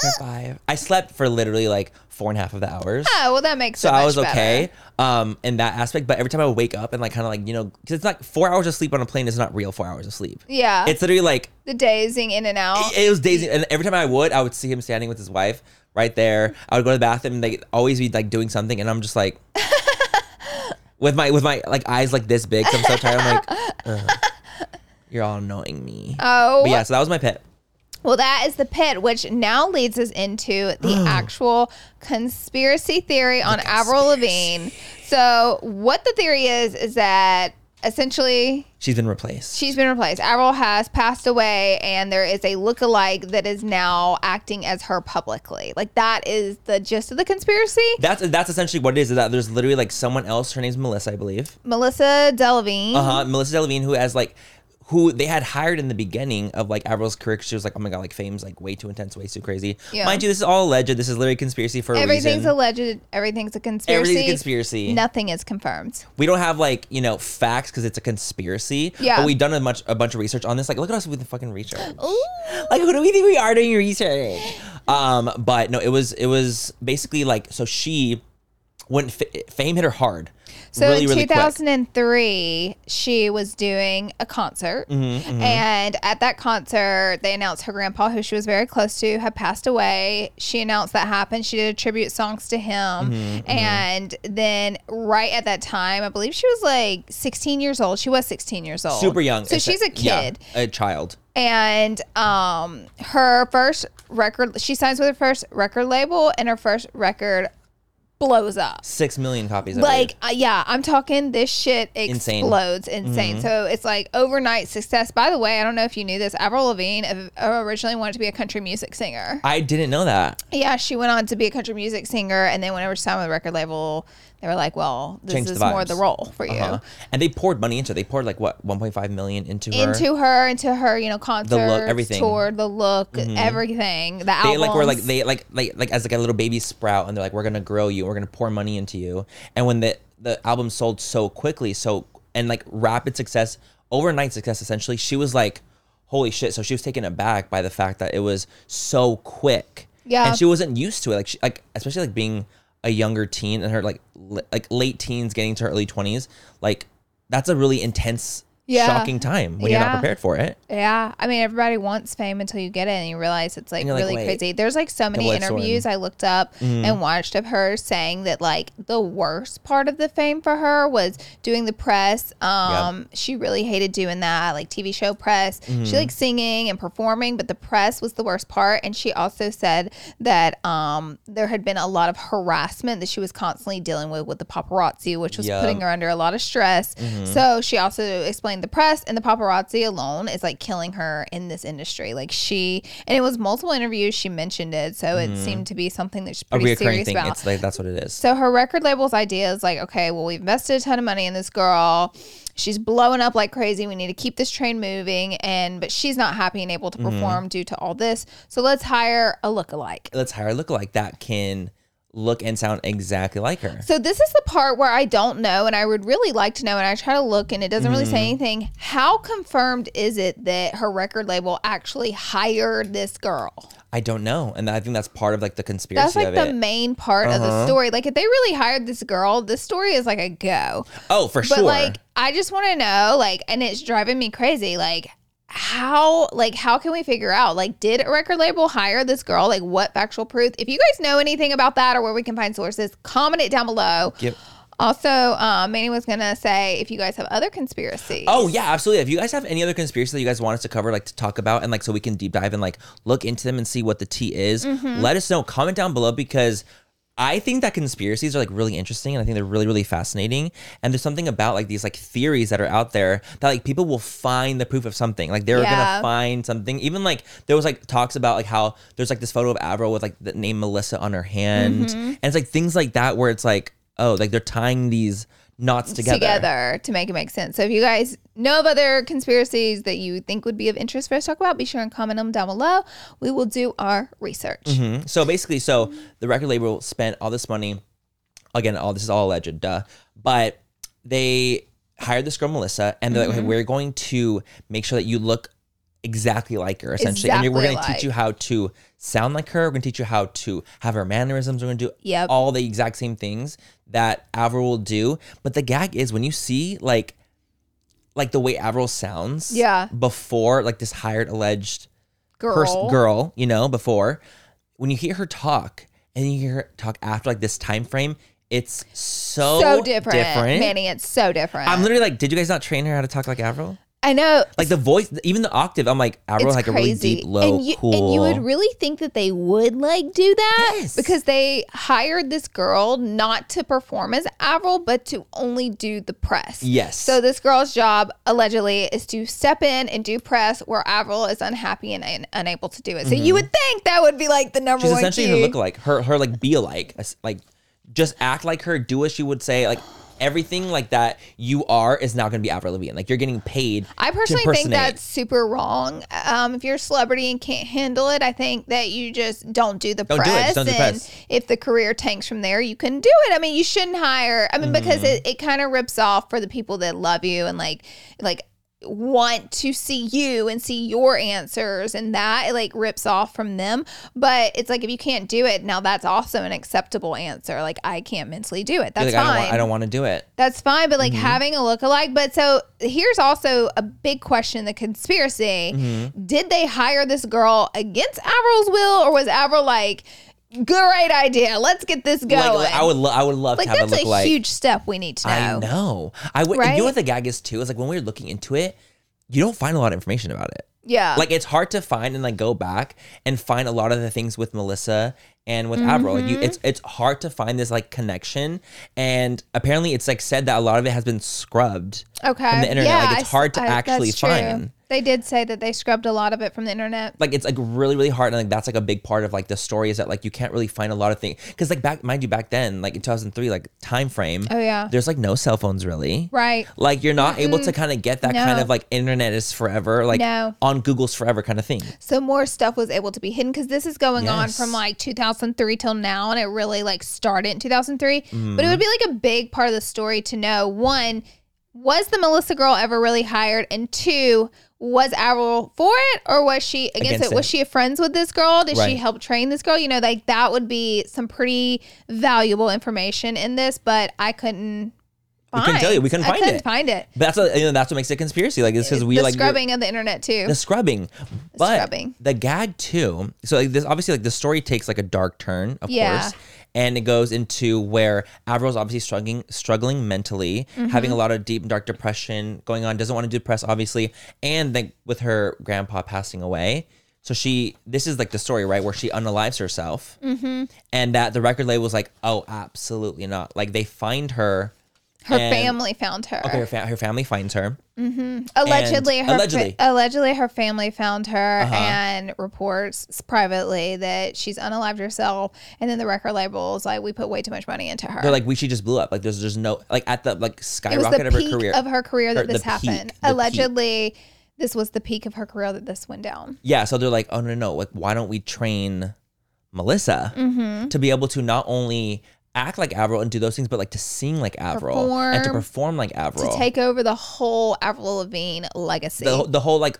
S1: For five. I slept for literally like four and a half of the hours.
S2: Oh, well, that makes
S1: So
S2: it
S1: I
S2: much
S1: was
S2: better.
S1: okay um, in that aspect, but every time I would wake up and like kind of like you know, because it's like four hours of sleep on a plane is not real four hours of sleep.
S2: Yeah.
S1: It's literally like
S2: the dazing in and out.
S1: it, it was dazing. And every time I would, I would see him standing with his wife right there. I would go to the bathroom and they'd always be like doing something. And I'm just like, with my, with my like eyes like this big. 'cause I'm so tired. I'm like, "Ugh, you're all annoying me.
S2: Oh,
S1: But yeah, so that was my pet.
S2: well, that is the pit, which now leads us into the actual conspiracy theory on Avril Lavigne. So, what the theory is, is that essentially
S1: She's been replaced.
S2: She's been replaced. Avril has passed away, and there is a lookalike that is now acting as her publicly. Like that is the gist of the conspiracy.
S1: that's that's essentially what it is. Is that there's literally like someone else. Her name's Melissa, I believe.
S2: Melissa Delavine.
S1: Uh huh. Melissa Delavine, who has like, who they had hired in the beginning of like Avril's career. 'cause She was like, oh my god, like fame's like way too intense, way too crazy.
S2: Yeah.
S1: Mind you, this is all alleged. This is literally conspiracy for a
S2: Everything's
S1: reason.
S2: alleged. Everything's a conspiracy.
S1: Everything's a conspiracy.
S2: Nothing is confirmed.
S1: we don't have like you know facts because it's a conspiracy.
S2: Yeah.
S1: But we've done a much a bunch of research on this. Like, look at us with the fucking research. Like, who do we think we are doing research? Um, but no, it was it was basically like so she went fa- fame hit her hard.
S2: So
S1: really,
S2: in
S1: really quick.
S2: 2003, she was doing a concert,
S1: Mm-hmm,
S2: and at that concert, they announced her grandpa, who she was very close to, had passed away. She announced that happened. She did tribute songs to him,
S1: Mm-hmm,
S2: and then right at that time, I believe she was like 16 years old. She was 16 years old,
S1: super young.
S2: So
S1: It's
S2: she's a
S1: yeah,
S2: kid
S1: a child.
S2: and um her first record she signs with her first record label and her first record blows up
S1: Six million copies. I
S2: like
S1: believe.
S2: uh, yeah i'm talking this shit
S1: Insane. Mm-hmm.
S2: explodes insane so it's like overnight success by the way i don't know if you knew this avril lavigne uh, originally wanted to be a country music singer
S1: I didn't know that.
S2: yeah, she went on to be a country music singer, and then whenever she signed with a record label, they were like, "Well, this
S1: Change the
S2: is more
S1: vibes.
S2: the role for you."
S1: Uh-huh. And they poured money into. it. They poured like what 1.5 million into her.
S2: Into her, into her, you know, concert,
S1: everything. Mm-hmm.
S2: tour, the look, everything, the
S1: they
S2: album.
S1: like were like they like like like as like a little baby sprout, and they're like, we're gonna grow you, we're gonna pour money into you. And when the the album sold so quickly, so and like rapid success, overnight success, essentially, she was like, holy shit. So she was taken aback by the fact that it was so quick.
S2: Yeah.
S1: And she wasn't used to it, like she, like especially like being a younger teen and her like li- like late teens getting to her early twenties, like that's a really intense.
S2: Yeah.
S1: Shocking time when you're
S2: Yeah.
S1: not prepared for it.
S2: Yeah, I mean, everybody wants fame until you get it, and you realize it's like
S1: you're like,
S2: really
S1: wait.
S2: crazy. There's like so many
S1: what's Mm-hmm.
S2: interviews I looked up and watched of her saying that like the worst part of the fame for her was doing the press. Um, she really hated doing that, like TV show press.
S1: Mm-hmm.
S2: She liked singing and performing, but the press was the worst part. And she also said that um, there had been a lot of harassment that she was constantly dealing with with the paparazzi, which was
S1: Yeah. Mm-hmm.
S2: putting her under a lot of stress. So she also explained the press and the paparazzi alone is like killing her in this industry. Like she, and it was multiple interviews she mentioned it, so it seemed to be something that she's
S1: Mm-hmm. A
S2: pretty
S1: reoccurring
S2: serious
S1: thing.
S2: about.
S1: It's like that's what it is.
S2: So her record label's idea is like, okay, well, we've invested a ton of money in this girl. She's blowing up like crazy. We need to keep this train moving. And, but she's not happy and able
S1: Mm-hmm.
S2: to perform due to all this. So let's hire a lookalike.
S1: let's hire a lookalike that can look and sound exactly like her.
S2: So this is the part where I don't know, and I would really like to know. And I try to look, and it doesn't really say
S1: Mm-hmm.
S2: anything. How confirmed is it that her record label actually hired this girl?
S1: I don't know, and I think that's part of like the conspiracy
S2: That's like
S1: of
S2: the
S1: it. Uh-huh.
S2: main part of the story. Like if they really hired this girl, this story is like a go.
S1: oh, for
S2: But
S1: sure.
S2: like, I just want to know, like, and it's driving me crazy, like. How like how can we figure out like did a record label hire this girl like what factual proof if you guys know anything about that or where we can find sources comment it down below
S1: Give-
S2: Also, um, Manny was gonna say if you guys have other conspiracies.
S1: Oh yeah, absolutely. If you guys have any other conspiracy that you guys want us to cover, like to talk about, and like so we can deep dive and like look into them and see what the tea is,
S2: Mm-hmm.
S1: let us know. Comment down below because I think that conspiracies are like really interesting and I think they're really really fascinating. And there's something about like these like theories that are out there that like people will find the proof of something. Like they're gonna
S2: Yeah.
S1: find something. Even like there was like talks about like how there's like this photo of Avril with like the name Melissa on her hand,
S2: Mm-hmm.
S1: and it's like things like that where it's like oh like they're tying these knots
S2: together to make it make sense. So if you guys know of other conspiracies that you think would be of interest for us to talk about, be sure and comment them down below. We will do our research.
S1: Mhm. So basically, so the record label spent all this money. Again, all this is all alleged, duh. But they hired this girl Melissa, and they're like,
S2: Mm-hmm.
S1: okay, "We're going to make sure that you look exactly like her, essentially, and we're
S2: Exactly
S1: going to teach you how to sound like her. We're going to teach you how to have her mannerisms. We're going to do
S2: Yep.
S1: all the exact same things that Avril will do. But the gag is when you see like, like the way Avril sounds,
S2: Yeah.
S1: before like this hired alleged
S2: Girl,
S1: person girl, you know, before when you hear her talk and you hear her talk after like this time frame, it's so,
S2: so different.
S1: different.
S2: Manny, it's so different.
S1: I'm literally like, did you guys not train her how to talk like Avril?
S2: I know.
S1: Like the voice, even the octave. I'm like, Avril
S2: it's
S1: like a really
S2: crazy.
S1: deep, low,
S2: and you,
S1: cool.
S2: And you would really think that they would like do that
S1: Yes.
S2: because they hired this girl not to perform as Avril, but to only do the press.
S1: yes.
S2: So this girl's job allegedly is to step in and do press where Avril is unhappy and, and unable to do it. So you would think that would be like the number
S1: Mm-hmm. she's
S2: one.
S1: essentially her
S2: key.
S1: look like her, her like be alike, as- like just act like her, do what she would say, like. Everything like that you are is now going to be Avril Lavigne. Like you're getting paid.
S2: I
S1: to
S2: personally think
S1: impersonate.
S2: that's super wrong. Um, if you're a celebrity and can't handle it, I think that you just don't do the
S1: Don't do it. Just
S2: press.
S1: don't do
S2: and
S1: press.
S2: if the career tanks from there, you can do it. I mean, you shouldn't hire. I mean, because
S1: Mm.
S2: it, it kind of rips off for the people that love you and like like want to see you and see your answers and that it like rips off from them but it's like if you can't do it now that's also an acceptable answer like i can't mentally do it
S1: You're like,
S2: that's
S1: I don't
S2: fine
S1: wa- I don't want to do it.
S2: that's fine, but
S1: Mm-hmm.
S2: like having a look alike. But so here's also a big question the conspiracy.
S1: Mm-hmm.
S2: Did they hire this girl against Avril's will, or was Avril like, great idea, let's get this going?
S1: Like, I would, lo- I would love
S2: Like,
S1: to have
S2: that's
S1: a look
S2: a
S1: like.
S2: huge step we need to know.
S1: I know. I would. You
S2: Right?
S1: know what the gag is too? Is like when we were looking into it, you don't find a lot of information about it.
S2: Yeah.
S1: Like it's hard to find and like go back and find a lot of the things with Melissa and with Avril. You,
S2: Mm-hmm.
S1: it's it's hard to find this like connection. And apparently, it's like said that a lot of it has been scrubbed.
S2: okay.
S1: from the internet, like,
S2: I
S1: it's hard to
S2: s- I-
S1: actually
S2: that's true.
S1: find.
S2: They did say that they scrubbed a lot of it from the internet.
S1: Like it's like really really hard, and like that's like a big part of like the story is that like you can't really find a lot of things because like back mind you back then like in 2003 like time frame
S2: Oh, yeah.
S1: there's like no cell phones really
S2: Right.
S1: Like you're not able to kind of get that kind
S2: Mm-hmm. No.
S1: of like internet is forever, like
S2: No.
S1: on Google's forever kind of thing.
S2: So more stuff was able to be hidden because this is going on
S1: Yes.
S2: from like 2003 till now, and it really like started in 2003. But it would be like a big part of the story to know one, was the Melissa girl ever really hired, and two, was Avril for it or was she against,
S1: Against
S2: it? Was
S1: it.
S2: she a friends with this girl? Did she
S1: Right.
S2: help train this girl? You know, like that would be some pretty valuable information in this, but I couldn't.
S1: We
S2: Find.
S1: couldn't tell you. We couldn't
S2: I
S1: find
S2: couldn't
S1: it.
S2: Find it.
S1: But that's what, you know that's what makes it a conspiracy. Like it's because we
S2: Uh, the
S1: like
S2: scrubbing of the internet too.
S1: the scrubbing, but
S2: scrubbing.
S1: the gag too. So like this obviously like the story takes like a dark turn, of
S2: Yeah.
S1: course, and it goes into where Avril's obviously struggling struggling mentally,
S2: Mm-hmm.
S1: having a lot of deep dark depression going on. Doesn't want to depress obviously, and like with her grandpa passing away. So she, this is like the story, right, where she unalives herself,
S2: Mm-hmm.
S1: and that the record label was like, "Oh, absolutely not!" Like they find her,
S2: her
S1: and-
S2: family found her.
S1: Okay, her, fa- her family finds her.
S2: allegedly
S1: And- allegedly.
S2: her
S1: Uh-huh.
S2: allegedly. allegedly her family found her and reports s- privately that she's unalived herself and then the record label is like we put way too much money into her
S1: They're like, we she just blew up. Like there's just no like at the like
S2: it was
S1: skyrocket
S2: the
S1: of her
S2: peak
S1: career.
S2: of her career
S1: Or
S2: that
S1: the
S2: this
S1: peak,
S2: happened
S1: the peak.
S2: allegedly this was the peak of her career that this went down
S1: yeah, so they're like, oh no, no, no, like why don't we train
S2: Mm-hmm.
S1: Melissa to be able to not only act like Avril and do those things, but like to sing like Avril and to
S2: Perform,
S1: perform like Avril.
S2: to take over the whole avril lavigne legacy
S1: the the whole like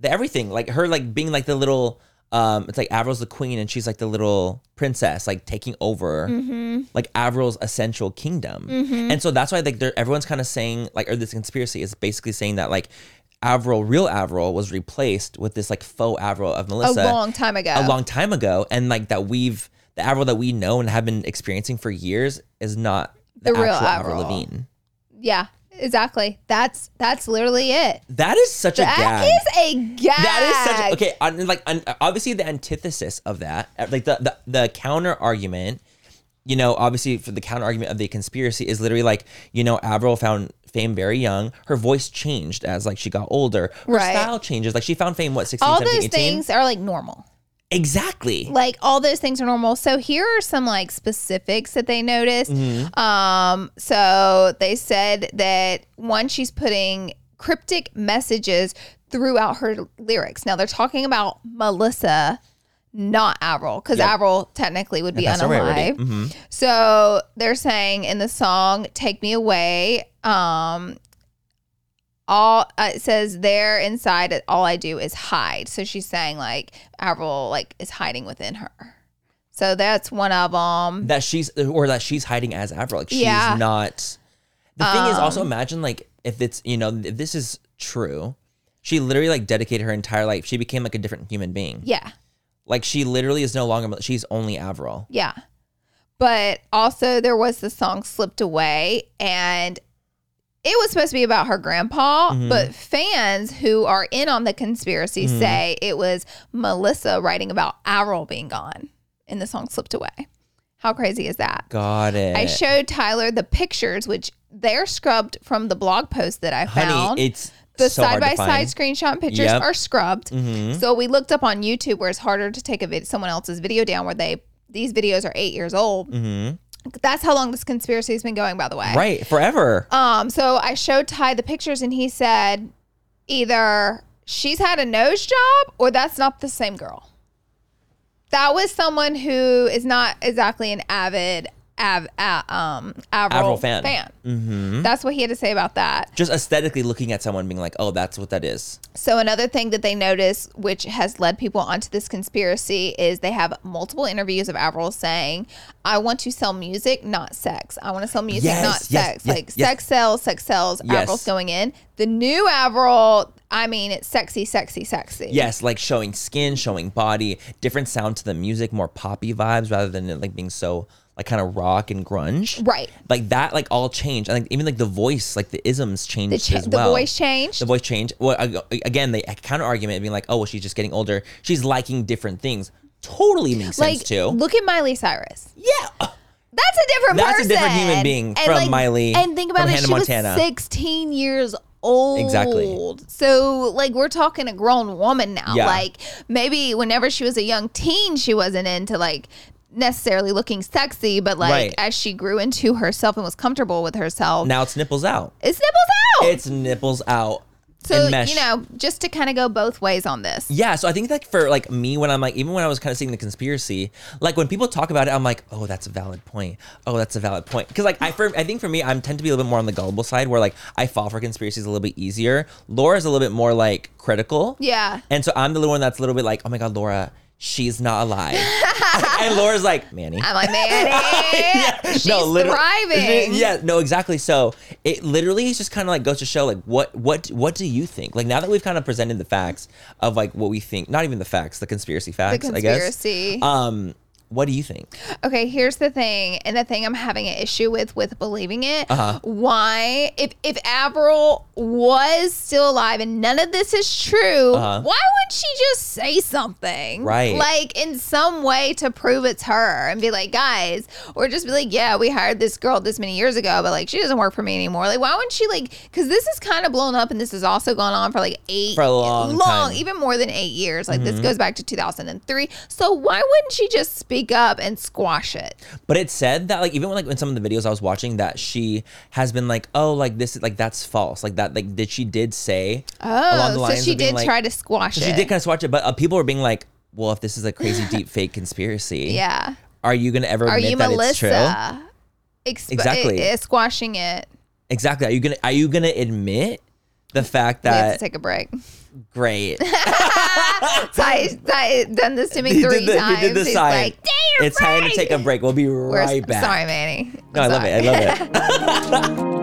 S1: the everything like her like being like the little um it's like Avril's the queen and she's like the little princess like taking over
S2: Mm-hmm.
S1: like Avril's essential kingdom and so that's why like there everyone's kind of saying like or this conspiracy is basically saying that like Avril real Avril was replaced with this like faux Avril of
S2: a
S1: Melissa
S2: long time ago
S1: a long time ago and like that we've the Avril that we know and have been experiencing for years is not the,
S2: The real
S1: actual Avril
S2: Avril.
S1: Lavigne.
S2: Yeah, exactly. That's that's literally it.
S1: That is such a
S2: That
S1: gag.
S2: is a gag.
S1: That is such okay. I'm, like un- obviously the antithesis of that, uh, like the the, the counter argument. You know, obviously for the counter argument of the conspiracy is literally like you know Avril found fame very young. Her voice changed as like she got older. Her
S2: Right.
S1: style changes. Like she found fame what 16,
S2: all
S1: 17,
S2: those
S1: 18?
S2: things are like normal.
S1: Exactly.
S2: Like all those things are normal. So here are some like specifics that they noticed.
S1: Mm-hmm.
S2: Um, so they said that one, she's putting cryptic messages throughout her lyrics. Now they're talking about Melissa, not Avril, because
S1: Yep.
S2: Avril technically would be
S1: That's already-
S2: unalive.
S1: mhm.
S2: So they're saying in the song "Take Me Away," um, all uh, it says there inside. All I do is hide. So she's saying like Avril like is hiding within her. So that's one of them.
S1: that she's or that she's hiding as Avril. Like she's
S2: Yeah. Um.
S1: not. The thing is, also imagine like if it's you know if this is true, she literally like dedicated her entire life. She became like a different human being.
S2: yeah,
S1: Like she literally is no longer. She's only Avril.
S2: yeah. But also there was the song "Slipped Away" and. It was supposed to be about her grandpa, but fans who are in on the conspiracy say it was Melissa writing about Avril being gone in the song Slipped Away. How crazy is that?
S1: Got it.
S2: I showed Tyler the pictures, which they're scrubbed from the blog post that I
S1: Honey,
S2: found.
S1: it's
S2: the
S1: so hard to
S2: side by
S1: find.
S2: side screenshot and pictures
S1: Yep. Mm-hmm.
S2: are scrubbed. So we looked up on YouTube where it's harder to take a vid- someone else's video down where they these videos are eight years old. That's how long this conspiracy has been going, by the way.
S1: Mm-hmm. Right, forever.
S2: Um, so I showed Ty the pictures and he said either she's had a nose job or that's not the same girl. That was someone who is not exactly an avid av, a- um, Avril,
S1: Avril fan. Mm-hmm.
S2: fan. That's what he had to say about that.
S1: Just aesthetically looking at someone, being like, "Oh, that's what that is."
S2: So another thing that they notice, which has led people onto this conspiracy, is they have multiple interviews of Avril saying, "I want to sell music, not sex. I want to sell music,
S1: Yes,
S2: not
S1: yes,
S2: sex.
S1: yes,
S2: like
S1: yes.
S2: sex sells, sex sells.
S1: Yes.
S2: Avril's going in. The new Avril, I mean, it's sexy, sexy, sexy.
S1: Yes, like showing skin, showing body, different sound to the music, more poppy vibes rather than it like being so like kind of rock and grunge.
S2: Right.
S1: Like that, like all changed, and like even like the voice, like the isms changed
S2: The, cha-
S1: as well.
S2: the voice changed.
S1: The voice changed. Well, ag- again, the counter argument being like, "Oh, well, she's just getting older. She's liking different things." Totally makes
S2: like,
S1: sense too.
S2: look at Miley Cyrus.
S1: yeah.
S2: That's a different
S1: That's a
S2: person.
S1: different human being from Miley,
S2: And think about
S1: from
S2: it,
S1: Hannah
S2: she
S1: Montana.
S2: was 16 years old.
S1: Exactly.
S2: So, like, we're talking a grown woman now.
S1: Yeah.
S2: Like, maybe whenever she was a young teen, she wasn't into, like, necessarily looking sexy, but, like,
S1: Right.
S2: as she grew into herself and was comfortable with herself,
S1: Now it's nipples out.
S2: it's nipples out.
S1: It's nipples out.
S2: so,
S1: and mesh.
S2: you know, just to kind of go both ways on this.
S1: Yeah, so I think like for like me when I'm like even when I was kind of seeing the conspiracy, like when people talk about it, I'm like, oh, that's a valid point. Oh, that's a valid point. Because like I for I think for me, I tend to be a little bit more on the gullible side where like I fall for conspiracies a little bit easier. Laura's a little bit more like critical.
S2: Yeah.
S1: And so I'm the little one that's a little bit like, oh my god, Laura, she's not alive. and Laura's like, Manny.
S2: I'm like, man, eh, she's
S1: literally-
S2: thriving.
S1: Yeah, no, exactly. So it literally is just kind of like goes to show like what what what do you think? Like now that we've kind of presented the facts of like what we think, not even the facts, the conspiracy
S2: The
S1: facts,
S2: conspiracy.
S1: I guess. Um, what do you think?
S2: Okay, here's the thing, and the thing I'm having an issue with with believing it.
S1: Uh-huh.
S2: Why, if if Avril was still alive and none of this is true,
S1: Uh-huh.
S2: why would she just say something,
S1: Right.
S2: Like in some way to prove it's her and be like, guys, or just be like, yeah, we hired this girl this many years ago, but like she doesn't work for me anymore. Like, why wouldn't she like? Because this is kind of blown up, and this has also gone on for like eight
S1: For a long time. Mm-hmm.
S2: even more than eight years. Like this goes back to 2003. So why wouldn't she just speak up and squash it?
S1: But it said that like even when, like in some of the videos I was watching that she has been like, oh, like this is like that's false. Like that like did she did say along the
S2: Oh, so
S1: lines
S2: she
S1: of being,
S2: did
S1: like-
S2: try to squash
S1: So
S2: it.
S1: she did kind of swatch it, but uh, people were being like, well, if this is a crazy deep fake conspiracy,
S2: yeah.
S1: are you gonna ever
S2: Are
S1: admit
S2: you
S1: that it's true?
S2: Melissa? Exp-
S1: Exactly.
S2: i- i- squashing it.
S1: Exactly. Are you gonna are you gonna admit the fact
S2: we have to
S1: that
S2: take a break.
S1: great?
S2: Ty, Ty done this to me
S1: He
S2: three
S1: did the-
S2: times.
S1: He did the
S2: He's
S1: sign.
S2: like, damn,
S1: it's time to take a break. We'll be right back.
S2: Sorry, Manny.
S1: No, I
S2: I'm
S1: love it. I
S2: sorry.
S1: love it.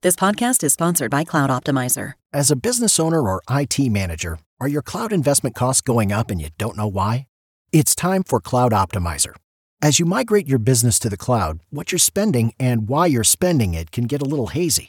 S3: The This podcast is sponsored by Cloud Optimizer.
S4: As a business owner or IT manager, are your cloud investment costs going up and you don't know why? It's time for Cloud Optimizer. As you migrate your business to the cloud, what you're spending and why you're spending it can get a little hazy.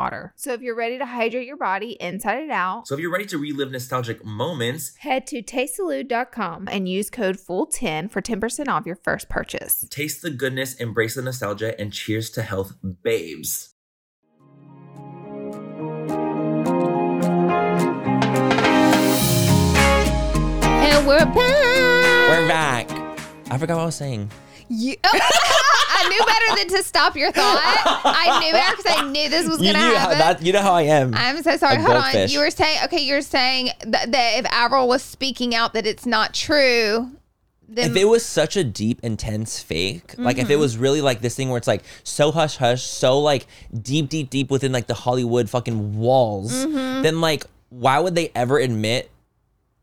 S2: So if you're ready to hydrate your body inside and out,
S1: So if you're ready to relive nostalgic moments,
S2: head to tastesalud.com and use code FULL10 for 10% off your first purchase.
S1: taste the goodness, embrace the nostalgia, and cheers to health, babes.
S2: And we're back.
S1: We're back. I forgot what I was saying.
S2: You- I knew better than to stop your thought. I knew better because I knew this was
S1: you,
S2: going to
S1: you-
S2: happen.
S1: that- you know how I am.
S2: I'm so sorry.
S1: A
S2: Hold on.
S1: goldfish.
S2: You were saying okay. You're saying that, that if Avril was speaking out that it's not true, then
S1: if it was such a deep, intense fake, like if it
S2: Mm-hmm.
S1: was really like this thing where it's like so hush hush, so like deep, deep, deep within like the Hollywood fucking walls,
S2: Mm-hmm.
S1: then like why would they ever admit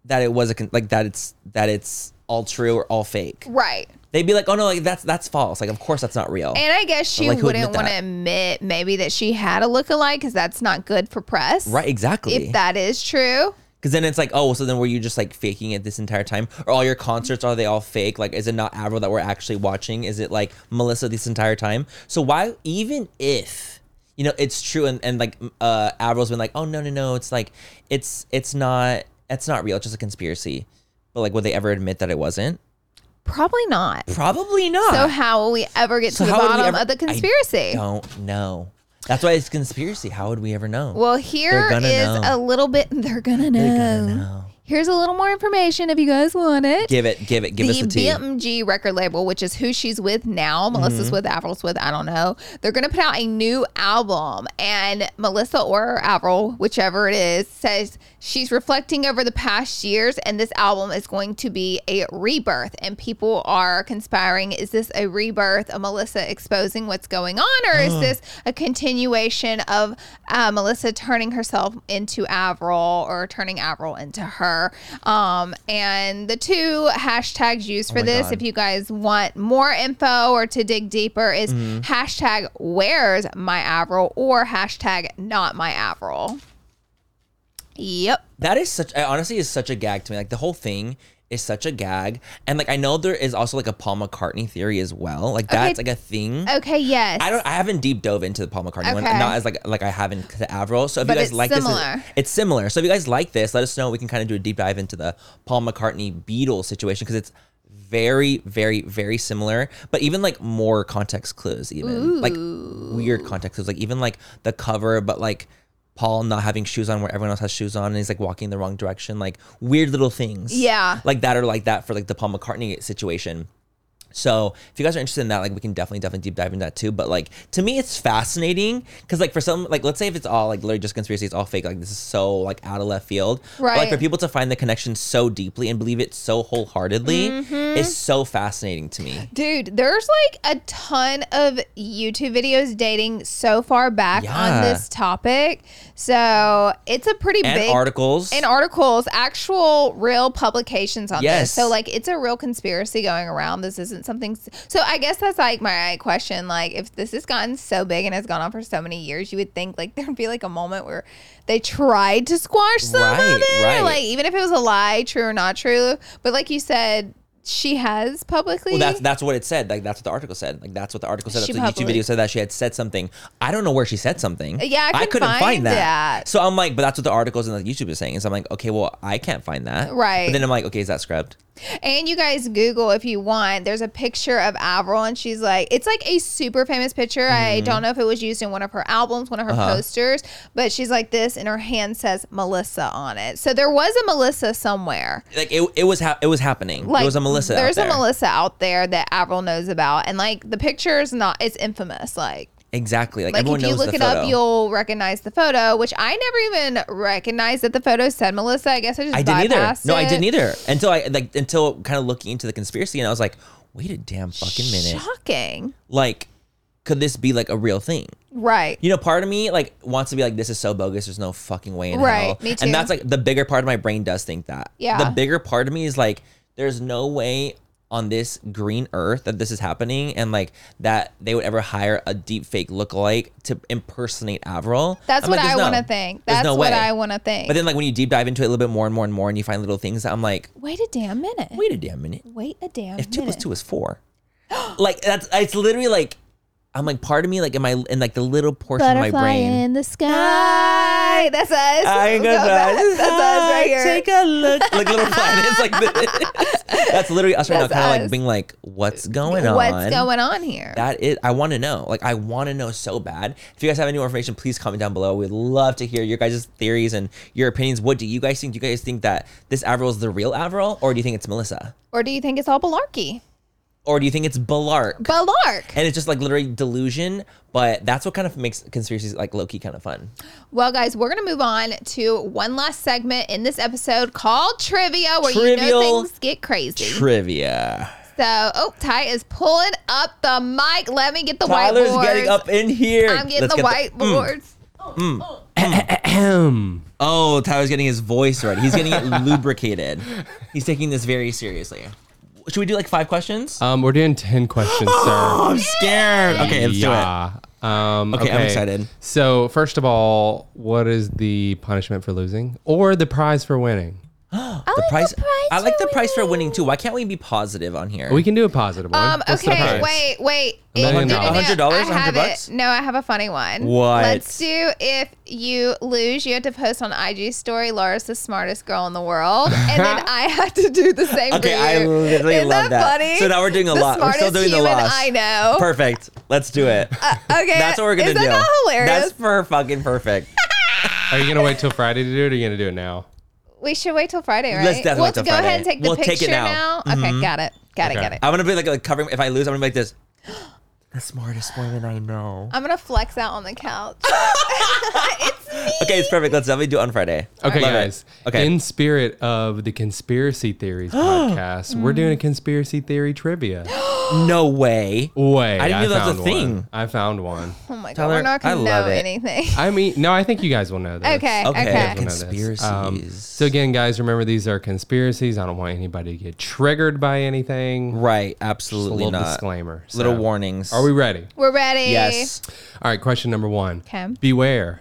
S1: that it was a con- like that it's that it's all true or all fake?
S2: right.
S1: They'd be like, oh no, like that's that's false. Like of course that's not real.
S2: And I guess she
S1: like who admit
S2: wouldn't want to
S1: that.
S2: admit maybe that she had a lookalike because that's not good for press.
S1: right? Exactly.
S2: If that is true,
S1: Because then it's like, oh, so then were you just like faking it this entire time? Or all your concerts are they all fake? Like, is it not Avril that we're actually watching? Is it like Melissa this entire time? So why, even if you know it's true, and and like uh, Avril's been like, oh no no no, it's like it's it's not it's not real, it's just a conspiracy. But like, would they ever admit that it wasn't?
S2: probably not.
S1: Probably not.
S2: So how will we ever get
S1: So
S2: to the
S1: how would we
S2: bottom
S1: ever-
S2: of the
S1: I
S2: conspiracy?
S1: don't know. That's why it's conspiracy. How would we ever know?
S2: Well, here
S1: gonna
S2: is
S1: know.
S2: a little bit. They're gonna know.
S1: know.
S2: Here's a little more information if you guys want it.
S1: give it, give it, give us
S2: the
S1: the tea.
S2: BMG record label, which is who she's with now,
S1: Mm-hmm.
S2: Melissa's with, Avril's with, I don't know. They're going to put out a new album, and Melissa or Avril, whichever it is, says she's reflecting over the past years, and this album is going to be a rebirth. And people are conspiring: is this a rebirth of Melissa exposing what's going on, or is this a continuation of uh, Melissa turning herself into Avril or turning Avril into her? Um, and the two hashtags used for
S1: Oh my
S2: this,
S1: God.
S2: if you guys want more info or to dig deeper, is
S1: Mm-hmm.
S2: hashtag Where's My Avril or hashtag Not My Avril. Yep.
S1: That is such. It honestly is such a gag to me. Like the whole thing is such a gag, and like I know there is also like a Paul McCartney theory as well. Like that's like a thing.
S2: Okay. Yes.
S1: I don't. I haven't deep dove into the Paul McCartney one,
S2: Okay.
S1: not as like like I haven't to Avril. So if
S2: But
S1: you guys
S2: it's
S1: like
S2: similar.
S1: this, it's, it's similar. So if you guys like this, let us know. We can kind of do a deep dive into the Paul McCartney Beatles situation because it's very, very, very similar. But even like more context clues, even like weird context clues, like even like the cover, but like. Paul not having shoes on where everyone else has shoes on and he's like walking the wrong direction, like weird little things.
S2: Yeah.
S1: Like that or like that for like the Paul McCartney situation. So if you guys are interested in that, like we can definitely, definitely deep dive into that too. But like to me, it's fascinating because like for some, like let's say if it's all like literally just conspiracy, it's all fake. Like this is so like out of left field. But, like
S2: Right.
S1: for people to find the connection so deeply and believe it so wholeheartedly
S2: Mm-hmm.
S1: is so fascinating to me.
S2: Dude, there's like a ton of YouTube videos dating so far back
S1: Yeah.
S2: on this topic. So it's a pretty
S1: And
S2: big
S1: articles.
S2: and articles, actual real publications on
S1: Yes.
S2: this. So like it's a real conspiracy going around. This isn't something So I guess that's like my question like if this has gotten so big and has gone on for so many years, you would think like there'd be like a moment where they tried to squash some
S1: Right,
S2: of it.
S1: right.
S2: Like even if it was a lie, true or not true, but like you said she has publicly
S1: Well, that's that's what it said. Like that's what the article said. Like that's what the article said. That's
S2: She
S1: what the YouTube video
S2: probably-
S1: said that she had said something. I don't know where she said something.
S2: Yeah, I couldn't find that.
S1: So I'm like, but that's what the articles and the YouTube is saying. And so I'm like, okay, well, I can't find that.
S2: Right.
S1: But then I'm like, okay, is that scrubbed?
S2: And you guys Google if you want. There's a picture of Avril, and she's like, it's like a super famous picture.
S1: Mm-hmm.
S2: I don't know if it was used in one of her albums, one of her
S1: Uh-huh.
S2: posters, but she's like this, and her hand says Melissa on it. So there was a Melissa somewhere.
S1: Like it, it was ha- it was happening.
S2: Like
S1: there was a Melissa. out
S2: There's
S1: there.
S2: a Melissa out there that Avril knows about, and like the picture is not. It's infamous. Like.
S1: Exactly. Like,
S2: Like
S1: everyone
S2: if you
S1: knows
S2: look
S1: the
S2: it
S1: photo.
S2: up, you'll recognize the photo, which I never even recognized that the photo said Melissa. I guess I just
S1: I didn't either.
S2: bypassed
S1: No, I didn't
S2: it.
S1: either. Until I like until kind of looking into the conspiracy, and I was like, wait a damn fucking minute.
S2: Shocking,
S1: Like, could this be like a real thing?
S2: right?
S1: You know, part of me like wants to be like, this is so bogus. There's no fucking way in
S2: Right,
S1: hell.
S2: me too.
S1: And that's like the bigger part of my brain does think that.
S2: Yeah.
S1: The bigger part of me is like, there's no way on this green earth that this is happening, and like that they would ever hire a deep fake lookalike to impersonate Avril.
S2: That's
S1: I'm
S2: what
S1: like,
S2: I
S1: there's no-
S2: want to think.
S1: there's
S2: That's
S1: no
S2: what
S1: way.
S2: I want to think.
S1: But then like when you deep dive into it a little bit more and more and more, and you find little things, I'm like,
S2: wait a damn minute. Wait,
S1: wait a damn minute.
S2: a damn
S1: If two
S2: minute.
S1: plus two is four, like that's it's literally like. I'm like, part of me, like, in my in like the little portion of my
S2: Butterfly
S1: brain?
S2: in the sky. That's us.
S1: I ain't
S2: Go
S1: gonna
S2: back.
S1: die.
S2: That's us right here.
S1: Take a look. Like little planets like this. That's literally us right
S2: That's
S1: now, kind of like
S2: us.
S1: being like, what's going on?
S2: What's going on here?
S1: That is, I want to know. Like, I want to know so bad. If you guys have any more information, please comment down below. We'd love to hear your guys' theories and your opinions. What do you guys think? Do you guys think that this Avril is the real Avril, or do you think it's Melissa,
S2: or do you think it's all malarkey?
S1: or do you think it's Balark?
S2: Balark.
S1: and it's just like literally delusion, but that's what kind of makes conspiracies like low key kind of fun.
S2: Well, guys, we're gonna move on to one last segment in this episode called trivia, where you know
S1: Trivial
S2: things get crazy.
S1: Trivia.
S2: so, oh, Ty is pulling up the mic. Let me get the
S1: Tyler's
S2: whiteboards.
S1: getting up in here.
S2: I'm getting
S1: Let's
S2: the
S1: get the- Mm.
S2: whiteboards.
S5: Ahem.
S1: Oh, Tyler's getting his voice right. He's getting it lubricated. He's taking this very seriously. Should we do like five questions?
S5: um, we're doing 10 questions, sir.
S1: I'm scared. Okay, Oh, let's do
S5: yeah. Um,
S1: Okay, I'm excited.
S5: So, first of all, what is the punishment for losing or the prize for winning?
S1: it. The price. I like the price for winning too. Why can't we be positive on here?
S5: We can do a positive one.
S2: Um,
S5: What's the
S2: okay,
S5: prize?
S2: wait, wait.
S5: A million
S2: no, no,
S5: dollars.
S2: no,
S1: A hundred dollars?
S2: I
S1: A
S2: have
S1: hundred
S2: it.
S1: bucks?
S2: No, I have a funny one.
S1: What?
S2: Let's do if you lose, you have to post on IG story, Laura's the smartest girl in the world. And then I have to do the same
S1: okay,
S2: for
S1: I
S2: you.
S1: literally
S2: Isn't
S1: love
S2: that
S1: that.
S2: funny?
S1: So now we're doing a
S2: the
S1: lot. We're still
S2: smartest
S1: doing the
S2: human
S1: loss.
S2: I know.
S1: Perfect. Let's do it.
S2: Okay.
S1: That's what we're gonna
S2: Isn't
S1: do.
S2: that hilarious?
S1: That's for fucking perfect.
S5: Are you going to wait till Friday to do it or are you going to do it now?
S2: we should wait till Friday, right?
S1: Let's definitely
S2: we'll
S1: wait till
S2: go
S1: Friday.
S2: ahead and take the
S1: We'll
S2: picture
S1: take it now. Mm-hmm.
S2: Okay, got it. Got it,
S5: Okay.
S2: got it.
S1: I'm gonna be like, like covering. If I lose, I'm gonna be like this. The smartest woman I know.
S2: I'm going to flex out on the couch. it's me.
S1: Okay, it's perfect. Let's definitely do it on Friday.
S5: Okay,
S1: Love it.
S5: guys.
S1: Okay.
S5: In spirit of the conspiracy theories podcast,
S1: Mm.
S5: we're doing a conspiracy theory trivia.
S1: no way.
S5: Wait,
S1: I didn't know that was
S5: found
S1: a
S5: one.
S1: thing.
S5: I found one.
S2: Oh my God.
S1: Tyler,
S2: we're not
S1: I
S2: going to know
S1: love it.
S2: anything.
S5: I mean, no, I think you guys will know this.
S2: Okay,
S1: Okay.
S2: okay.
S5: Everyone know this.
S1: Conspiracies.
S5: Um, so again, guys, remember these are conspiracies. I don't want anybody to get triggered by anything.
S1: Right,
S5: Just a
S1: absolutely
S5: little
S1: not.
S5: disclaimer.
S1: Little
S5: So,
S1: warnings.
S5: Are we ready?
S2: We're ready.
S1: Yes.
S5: All right. Question number one.
S2: Okay.
S5: Beware.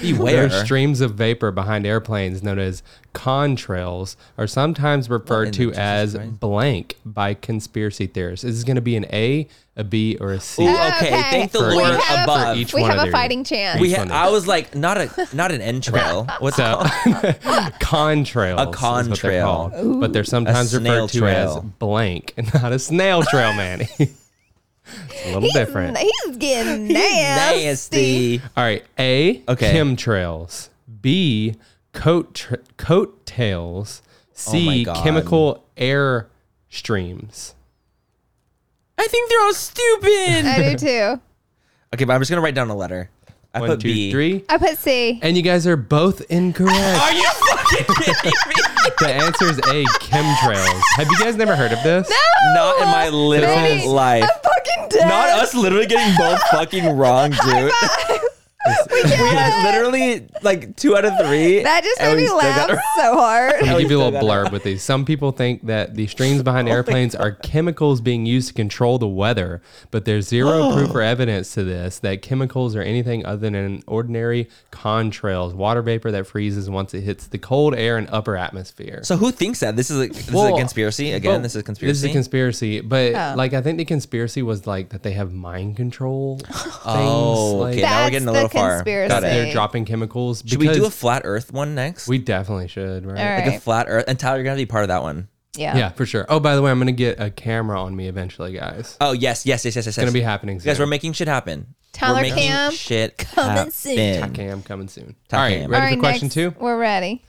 S1: Beware.
S5: There are streams of vapor behind airplanes known as contrails are sometimes referred to as blank by conspiracy theorists. Is this going to be an A, a B, or a C?
S1: Ooh, okay.
S2: Okay.
S1: Thank the
S5: For
S1: Lord
S5: each-
S2: have
S1: above.
S5: for each
S2: we
S5: one
S2: have
S5: of
S2: a
S5: their-
S2: fighting chance.
S1: we
S5: each
S1: ha-
S5: one of
S1: I was like, not a not an entrail. What's
S5: So,
S1: up?
S5: contrails.
S1: A con
S5: is what they're
S1: trail.
S5: called, But they're sometimes
S1: A snail
S5: referred to as
S1: trail.
S5: blank and not a snail trail, Manny. it's a little different.
S2: He's getting nasty.
S1: Nasty.
S5: All right. A,
S1: Okay.
S5: chemtrails. B, coat tra- coattails.
S1: Oh my
S5: C,
S1: God.
S5: chemical air streams.
S1: I think they're all stupid.
S2: I do too.
S1: okay, but I'm just gonna write down a letter. I
S5: One,
S1: put
S5: two,
S1: B.
S5: three.
S2: I put C.
S5: And you guys are both incorrect.
S1: Are you fucking kidding me?
S5: the answer is A, chemtrails. Have you guys never heard of this?
S1: Not in my little
S2: Baby,
S1: life.
S2: I'm fucking dead.
S1: Not us literally getting both fucking wrong, dude. we, had literally like two out of three.
S2: That just
S1: and
S2: made
S1: we
S2: me
S1: still got
S2: laugh
S1: it right.
S2: so
S5: Let
S2: hard.
S5: me
S1: Oh,
S5: give
S1: you
S5: you a
S1: still
S5: little
S1: got it.
S5: blurb with these. Some people think that the strings behind
S1: Oh
S5: airplanes are chemicals being used to control the weather, but there's zero proof or evidence to this that chemicals are anything other than ordinary contrails, water vapor that freezes once it hits the cold air and upper atmosphere.
S1: So who thinks that this is a this is
S5: Well,
S1: a conspiracy again?
S5: but
S1: this is a conspiracy.
S5: This is a conspiracy, but
S2: Oh.
S5: like I think the conspiracy was like that they have mind control things.
S1: Oh,
S5: like,
S1: okay.
S5: that
S1: now we're
S2: That's
S1: getting a
S2: the
S1: little far. Got
S2: conspiracy.
S1: it.
S5: they're dropping chemicals.
S1: Should we do a
S5: because
S1: flat Earth one next?
S5: we definitely should, right?
S2: All right.
S1: like a flat Earth. And Tyler, you're gonna have to be part of that one.
S2: Yeah.
S5: Yeah. for sure. Oh, by the way, I'm gonna get a camera on me eventually, guys.
S1: Oh yes, yes, yes, yes, yes. It's
S5: gonna be happening soon.
S1: Guys, we're making shit happen.
S2: Tyler
S1: we're making
S2: Cam,
S1: shit
S2: coming soon.
S1: happen.
S5: Okay, I'm coming soon.
S1: Top
S5: All right,
S1: cam.
S5: ready
S2: All
S5: for
S2: right,
S5: question
S2: next,
S5: two?
S2: We're ready.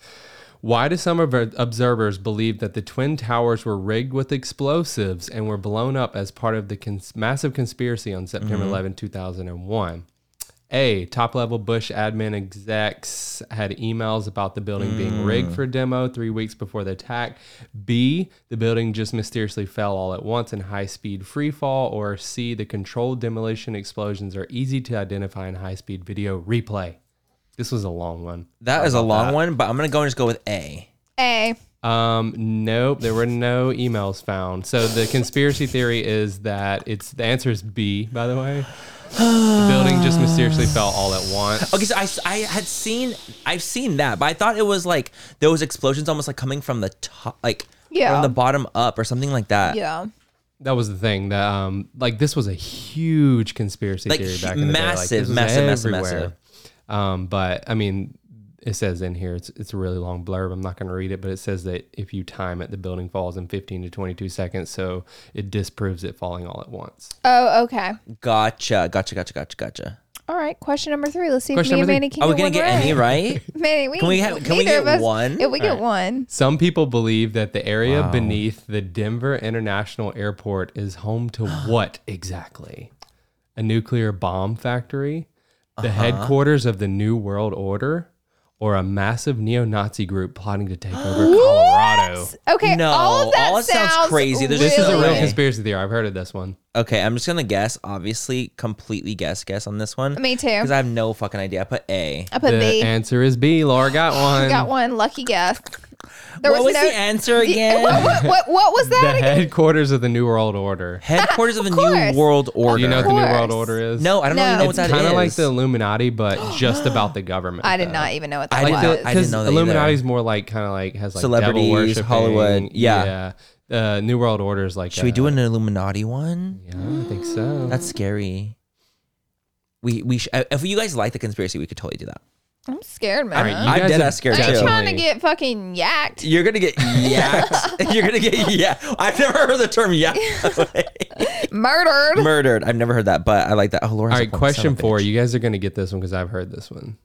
S5: Why do some of our observers believe that the twin towers were rigged with explosives and were blown up as part of the cons- massive conspiracy on September 11, 2001? A. Top level Bush admin execs had emails about the building being rigged for demo three weeks before the attack. B. The building just mysteriously fell all at once in high speed free fall. Or C. The controlled demolition explosions are easy to identify in high speed video replay. This was a long one.
S1: That is a long one, but I'm gonna go and just go with A.
S2: A.
S5: Um, nope, there were no emails found. So the conspiracy theory is that it's the answer is B, by the way. The building just mysteriously fell all at once.
S1: Okay, so I, I had seen I've seen that, but I thought it was like there was explosions almost like coming from the top, like
S2: Yeah.
S1: from the bottom up or something like that.
S2: Yeah.
S5: That was the thing that um like this was a huge conspiracy
S1: Like,
S5: theory back
S1: hu-
S5: in the day. Like,
S1: massive,
S5: this was
S1: massive, massive,
S5: everywhere. Um, but I mean it says in here it's it's a really long blurb. I'm not going to read it, but it says that if you time it, the building falls in 15 to 22 seconds, so it disproves it falling all at once.
S2: Oh, okay.
S1: Gotcha, gotcha, gotcha, gotcha, gotcha.
S2: All right. Question number three. Let's see
S5: Question
S2: if me and
S5: number
S2: Manny
S5: three.
S2: can
S1: Are we
S2: get
S1: gonna
S2: one
S1: get
S2: right.
S1: any right?
S2: Manny, we
S1: Can we have- can we
S2: neither
S1: get
S2: of us-
S1: one?
S2: If we get
S5: All right.
S2: one.
S5: Some people believe that the area beneath the Denver International Airport is home to what exactly? A nuclear bomb factory, the
S2: Uh-huh.
S5: headquarters of the New World Order, or a massive neo Nazi group plotting to take over Colorado?
S2: Okay.
S1: No,
S2: all of that
S1: all sounds crazy. There's-
S5: This is a real
S1: Really?
S5: conspiracy theory. I've heard of this one.
S1: Okay, I'm just gonna guess. Obviously, completely guess guess on this one.
S2: Me too.
S1: Because I have no fucking idea. I put A.
S2: I put
S5: the
S2: B.
S5: answer is B. Laura got one.
S2: We got one. Lucky guess. There
S1: what was
S2: no-
S1: the answer
S2: The-
S1: again?
S2: What, what, what, what was
S5: The
S2: that again?
S5: headquarters of the New World Order.
S1: Headquarters of the
S2: course.
S1: New World Order.
S5: Do you know what the New World
S2: course.
S5: Order is?
S1: no, I don't really
S2: No.
S1: know what
S5: It's
S1: that
S5: kind of
S1: is.
S5: like the Illuminati, but just about the government.
S2: I did
S5: though.
S2: not even know what that
S1: I
S5: like
S1: didn't-
S2: was.
S5: the,
S1: I didn't
S5: because
S1: know that
S5: Illuminati's more like kind of like has like
S1: Celebrities,
S5: devil worshiping.
S1: Hollywood, yeah.
S5: yeah. Uh, New World Order is like.
S1: Should we
S5: a-
S1: do an Illuminati one?
S5: Yeah, I think so.
S1: That's scary. We we sh- uh, if you guys like the conspiracy, we could totally do that.
S2: I'm scared, man.
S5: All right, you
S1: I'm
S5: guys
S1: dead
S5: have
S1: ass scared,
S2: I ain't
S1: too.
S2: trying to
S5: definitely-
S2: get fucking yacked.
S1: You're gonna get yacked. You're gonna get yeah. I've never heard the term yacked.
S2: Murdered.
S1: Murdered. I've never heard that, but I like that. Oh, Laura.
S5: All right, question four. You guys are gonna get this one because I've heard this one.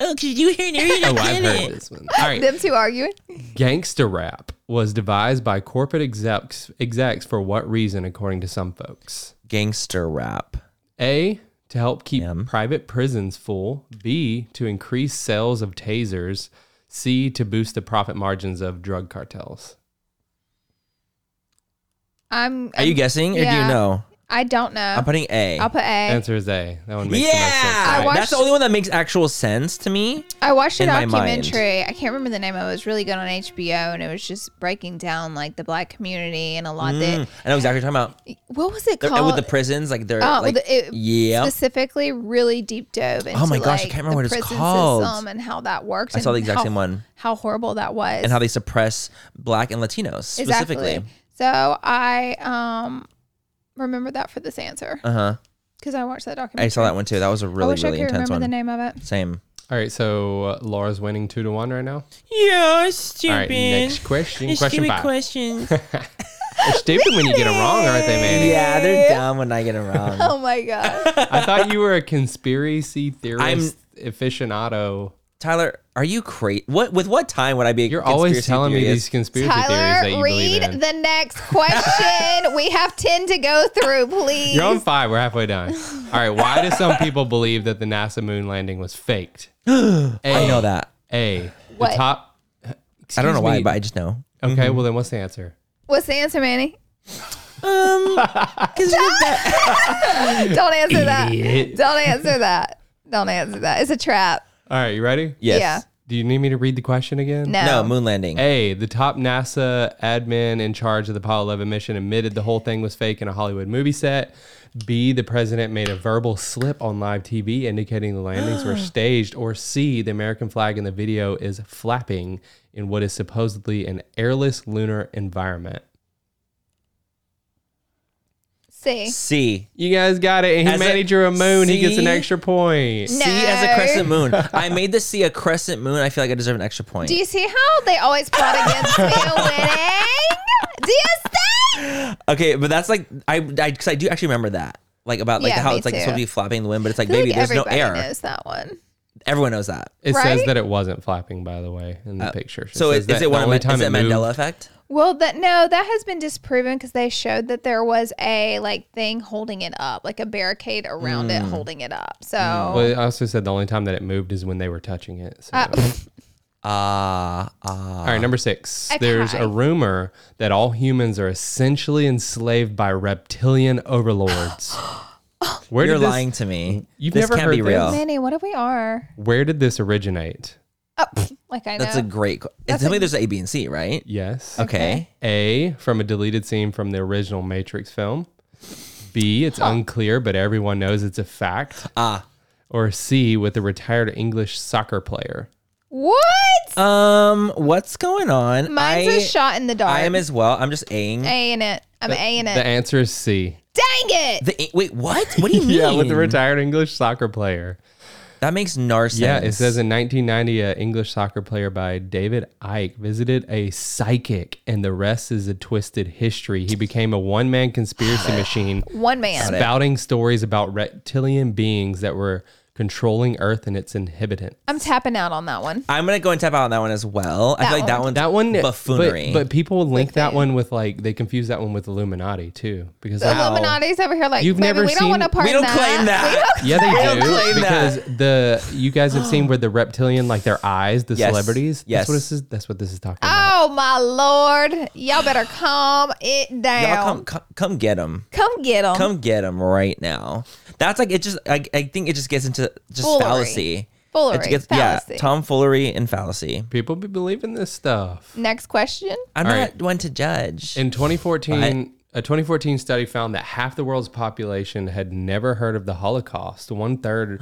S1: Oh, cause you hear
S5: Oh, I've heard this one. All right,
S2: Them two arguing.
S5: gangster rap was devised by corporate execs execs for what reason, according to some folks?
S1: Gangster rap.
S5: A to help keep
S1: Yum.
S5: private prisons full. B to increase sales of tasers. C to boost the profit margins of drug cartels.
S2: I'm.
S1: Are you guessing or do you
S2: yeah.
S1: know?
S2: I don't know.
S1: I'm putting A.
S2: I'll put A.
S5: Answer is A. That one makes the most sense.
S1: yeah,
S2: I watched-
S1: that's the only one that makes actual sense to me.
S2: I watched a
S1: in my mind.
S2: documentary. I can't remember the name. of It It was really good on HBO, and it was just breaking down like the black community and a lot
S1: Mm, I know exactly what you're talking about.
S2: that. What was it
S1: They're-
S2: called?
S1: and with the prisons, like they're
S2: Oh,
S1: like,
S2: with the- it-
S1: yeah.
S2: specifically really deep dove into
S1: Oh my gosh, I
S2: like,
S1: can't remember what
S2: the
S1: it's
S2: prison
S1: called.
S2: system and how that works.
S1: I saw the
S2: and
S1: exact
S2: how-
S1: same one.
S2: How horrible that was.
S1: And how they suppress black and Latinos specifically.
S2: Exactly. So I um remember that for this answer
S1: Uh huh.
S2: because I watched that documentary.
S1: I saw that one too. That was a
S2: I
S1: really
S2: wish
S1: really
S2: I could
S1: intense
S2: remember
S1: one.
S2: the name of it.
S1: Same.
S5: All right, so uh, Laura's winning two to one right now.
S1: Yeah,
S5: All
S1: stupid.
S5: right, next question. question five.
S1: questions.
S5: They're stupid when you get it wrong, aren't they, Manny?
S1: yeah, they're dumb when I get it wrong.
S2: Oh my god!
S5: I thought you were a conspiracy theorist
S1: I'm-
S5: aficionado.
S1: Tyler, are you crazy? What with what time would I be? a
S5: You're always
S1: conspiracy
S5: telling me
S1: theorist?
S5: these conspiracy theories that
S2: Tyler,
S5: you believe
S2: read
S5: in.
S2: the next question. we have 10 to go through, please.
S5: You're on five. We're halfway done. All right. Why do some people believe that the NASA moon landing was faked?
S1: I know that.
S5: A.
S2: What?
S5: The top.
S1: I don't know
S5: Excuse
S1: why,
S5: me.
S1: but I Mm-hmm. just know.
S5: Okay. Well, then what's the answer?
S2: What's the answer, Manny?
S1: Um, 'cause you're that-
S2: Don't answer that.
S5: Idiot.
S2: Don't answer that. Don't answer that. It's a trap.
S5: All right. You ready?
S1: yes.
S2: Yeah.
S5: Do you need me to read the question again?
S2: No.
S1: No, moon landing.
S5: A. The top NASA admin in charge of the Apollo 11 mission admitted the whole thing was fake in a Hollywood movie set. B. The president made a verbal slip on live TV indicating the landings were staged. Or C. The American flag in the video is flapping in what is supposedly an airless lunar environment.
S2: See.
S1: C.
S5: You guys got it. And he
S1: As a-
S5: managed a moon. he gets an
S1: See?
S5: extra point.
S1: C as a
S2: No.
S1: crescent moon. I made this C a crescent moon. I feel like I deserve an extra point.
S2: Do you see how they always plot against me winning? Do you see?
S1: okay, but that's like I I because I do actually remember that. Like about like
S2: Yeah,
S1: how
S2: me
S1: it's like
S2: too.
S1: supposed to be flapping in the wind, but it's like
S2: I feel
S1: baby,
S2: like
S1: there's no
S2: everybody
S1: air.
S2: knows that one.
S1: Everyone knows that.
S5: It says
S2: Right?
S5: that it wasn't flapping, by the way, in the picture.
S1: Uh, So
S5: says
S1: is,
S5: that
S1: is it one
S5: the
S1: of
S5: only
S1: Ma- is it
S5: moved-
S1: Mandela effect?
S2: Well, that no, that has been disproven because they showed that there was a like thing holding it up, like a barricade around
S1: Hmm.
S2: it holding it up. So
S5: Well, it also said the only time that it moved is when they were touching it. So.
S2: Uh,
S1: Ah, ah.
S5: All right, number six.
S2: I
S5: There's
S2: cried.
S5: a rumor that all humans are essentially enslaved by reptilian overlords. Where
S1: You're
S5: did this,
S1: lying to me.
S5: You've
S1: this
S5: never
S1: can't
S5: heard
S1: be
S5: this?
S1: real.
S2: Manny, what if we are?
S5: Where did this originate?
S2: Oh, like I know.
S1: That's a great. qu- It's tell me there's an A, B, and C, right?
S5: Yes.
S1: Okay.
S5: A from a deleted scene from the original Matrix film. B, it's unclear, but everyone knows it's a fact.
S1: Ah.
S5: Or C, with a retired English soccer player.
S2: what?
S1: Um, what's going on?
S2: Mine's
S1: I,
S2: a shot in the dark.
S1: I am as well. I'm just aing.
S2: A in it. I'm A in it.
S5: The answer is C.
S2: Dang it!
S1: The a- wait, what? What do you mean?
S5: Yeah, with a retired English soccer player.
S1: that makes nar sense.
S5: Yeah, it says in 1990, an English soccer player by David Icke visited a psychic, and the rest is a twisted history. He became a one man conspiracy machine,
S2: One man.
S5: spouting stories about reptilian beings that were controlling Earth and its inhabitants.
S2: I'm tapping out on that one.
S1: I'm gonna go and tap out on that one as well. I
S2: That
S1: feel like that
S2: one.
S1: one's
S5: That one, but-
S1: buffoonery.
S5: But, people link that one with like, they confuse that one with Illuminati too. Because
S2: The
S5: how-
S2: Illuminati's over here like
S5: You've
S2: "Baby,
S5: never
S2: we don't
S5: seen-
S2: want to part
S1: we don't
S2: that.
S1: claim that.
S5: Yeah, they
S1: don't
S5: do
S1: claim
S5: because
S1: that.
S5: the you guys have seen where the reptilian like their eyes, the
S1: Yes.
S5: celebrities.
S1: Yes.
S5: That's what this is. That's what this is talking about.
S2: Oh my lord! Y'all better calm it
S1: Y'all
S2: down.
S1: come, come come get them.
S2: come, get 'em. get them.
S1: Come get them right now. That's like it. Just I, I think it just gets into just
S2: Foolery.
S1: fallacy.
S2: Foolery,
S1: It gets,
S2: fallacy.
S1: Yeah, tomfoolery and fallacy.
S5: People be believing this stuff.
S2: Next question.
S1: I'm
S5: All
S1: not
S5: right.
S1: one to judge.
S5: In 2014, a 2014 study found that half the world's population had never heard of the Holocaust. One third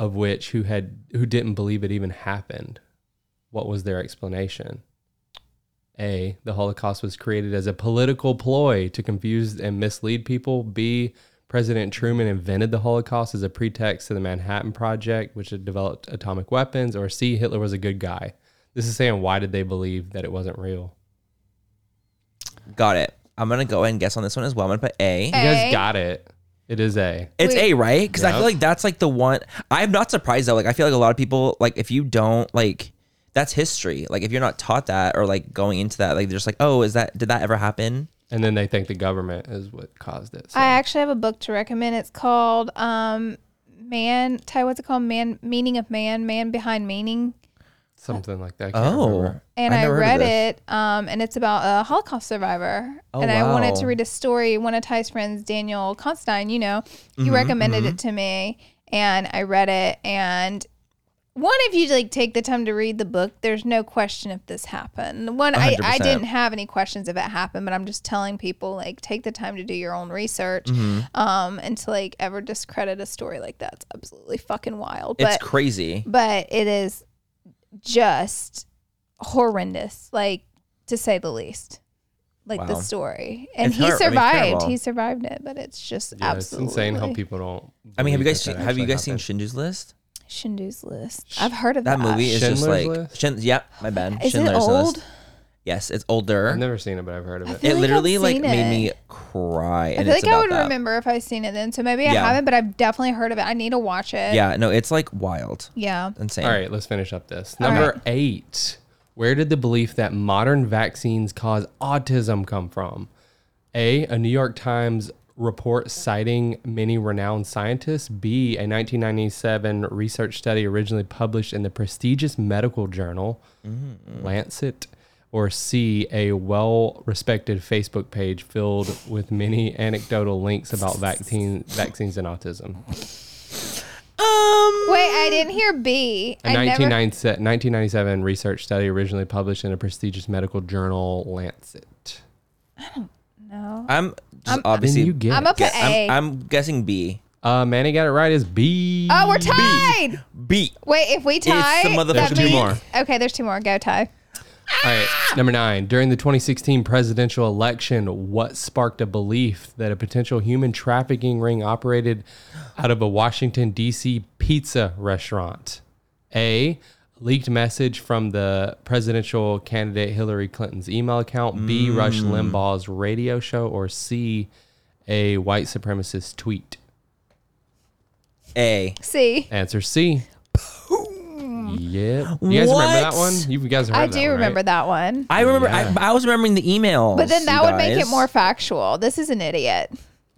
S5: of which who had who didn't believe it even happened. What was their explanation? A. The Holocaust was created as a political ploy to confuse and mislead people. B. President Truman invented the Holocaust as a pretext to the Manhattan Project, which had developed atomic weapons. Or C. Hitler was a good guy. This is saying why did they believe that it wasn't real?
S1: Got it. I'm gonna go and guess on this one as well. I'm gonna put A.
S5: You
S2: A.
S5: guys got it. It is A.
S1: It's
S2: Wait.
S1: A, right? Because I
S5: Yeah.
S1: feel like that's like the one. I'm not surprised though. Like I feel like a lot of people like if you don't like that's history. Like if you're not taught that or like going into that, like they're just like, oh, is that did that ever happen?
S5: And then they think the government is what caused it. So.
S2: I actually have a book to recommend. It's called um, "Man." Ty, what's it called? "Man: Meaning of Man, Man Behind Meaning."
S5: Something like that. I can't
S1: Oh,
S5: remember.
S2: And
S1: I've
S2: I,
S1: never heard of
S2: read
S1: this.
S2: it, um, and it's about a Holocaust survivor.
S1: Oh,
S2: and I wanted to
S1: wow.
S2: read a story. One of Ty's friends, Daniel Constine, you know, he
S1: Mm-hmm,
S2: recommended it to me, and I read it. And one, if you like take the time to read the book, there's no question if this happened. One, I, I
S1: 100%.
S2: didn't have any questions if it happened, but I'm just telling people like take the time to do your own research,
S1: Mm-hmm.
S2: um, and to like ever discredit a story like that's absolutely fucking wild.
S1: It's
S2: but
S1: crazy.
S2: but it is just horrendous, like to say the least. Like the
S1: Wow.
S2: story, and
S1: It's
S2: he
S1: hor- I mean, it's
S2: survived.
S1: terrible.
S2: he survived it, but it's just
S5: Yeah,
S2: absolutely
S5: it's insane how people don't.
S1: I mean, have you
S5: believe
S1: guys
S5: that that
S1: have you
S5: actually
S1: guys seen
S5: happened.
S1: Schindler's List?
S2: Schindler's List. I've heard of
S1: That
S2: that,
S1: movie is just
S5: Schindler's
S1: like
S5: List?
S1: Schind- Yep, my bad.
S2: Is it
S1: List.
S2: old?
S1: Yes, it's older.
S5: I've never seen it, but I've heard of it.
S2: feel
S1: it
S2: like I've
S1: literally like
S2: seen
S1: made me
S2: it.
S1: cry.
S2: I
S1: And
S2: feel
S1: it's
S2: like I
S1: about
S2: would
S1: that.
S2: remember if I've seen it then. So maybe I
S1: Yeah.
S2: haven't, but I've definitely heard of it. I need to watch it.
S1: Yeah, no, it's like wild,
S2: Yeah.
S1: insane.
S5: All right, let's finish up this.
S2: All
S5: Number
S2: right.
S5: eight. Where did the belief that modern vaccines cause autism come from? A, a New York Times report citing many renowned scientists. B, a 1997 research study originally published in the prestigious medical journal
S2: Mm-hmm.
S5: Lancet. Or C, a well respected Facebook page filled with many anecdotal links about vaccine, vaccines and autism.
S1: Um,
S2: Wait, I didn't hear B.
S5: A
S2: I never.
S5: 1997 1997 research study originally published in a prestigious medical journal, Lancet.
S2: No.
S1: I'm just
S5: Then
S1: obviously.
S5: you get
S2: I'm up
S5: it.
S2: for
S1: guess-
S2: A.
S1: I'm, I'm guessing B.
S5: Uh, Manny got it right. Is B.
S2: oh, we're tied.
S1: B.
S2: Wait, if we tie,
S1: the motherfucking
S2: that
S5: There's two
S2: means-
S5: more.
S2: Okay, there's two more. Go tie.
S5: All right. Number nine. During the 2016 presidential election, what sparked a belief that a potential human trafficking ring operated out of a Washington, D.C. pizza restaurant? A. Leaked message from the presidential candidate Hillary Clinton's email account. B. Rush Limbaugh's radio show. Or C. A white supremacist tweet.
S1: A.
S2: C.
S5: Answer C. Yep. You guys remember that one?
S1: What?
S5: You guys have heard
S2: I
S5: of that
S2: do
S5: one, right?
S2: remember that one.
S1: I remember. I, I was remembering the email.
S2: But then that would make it more factual. This is an idiot.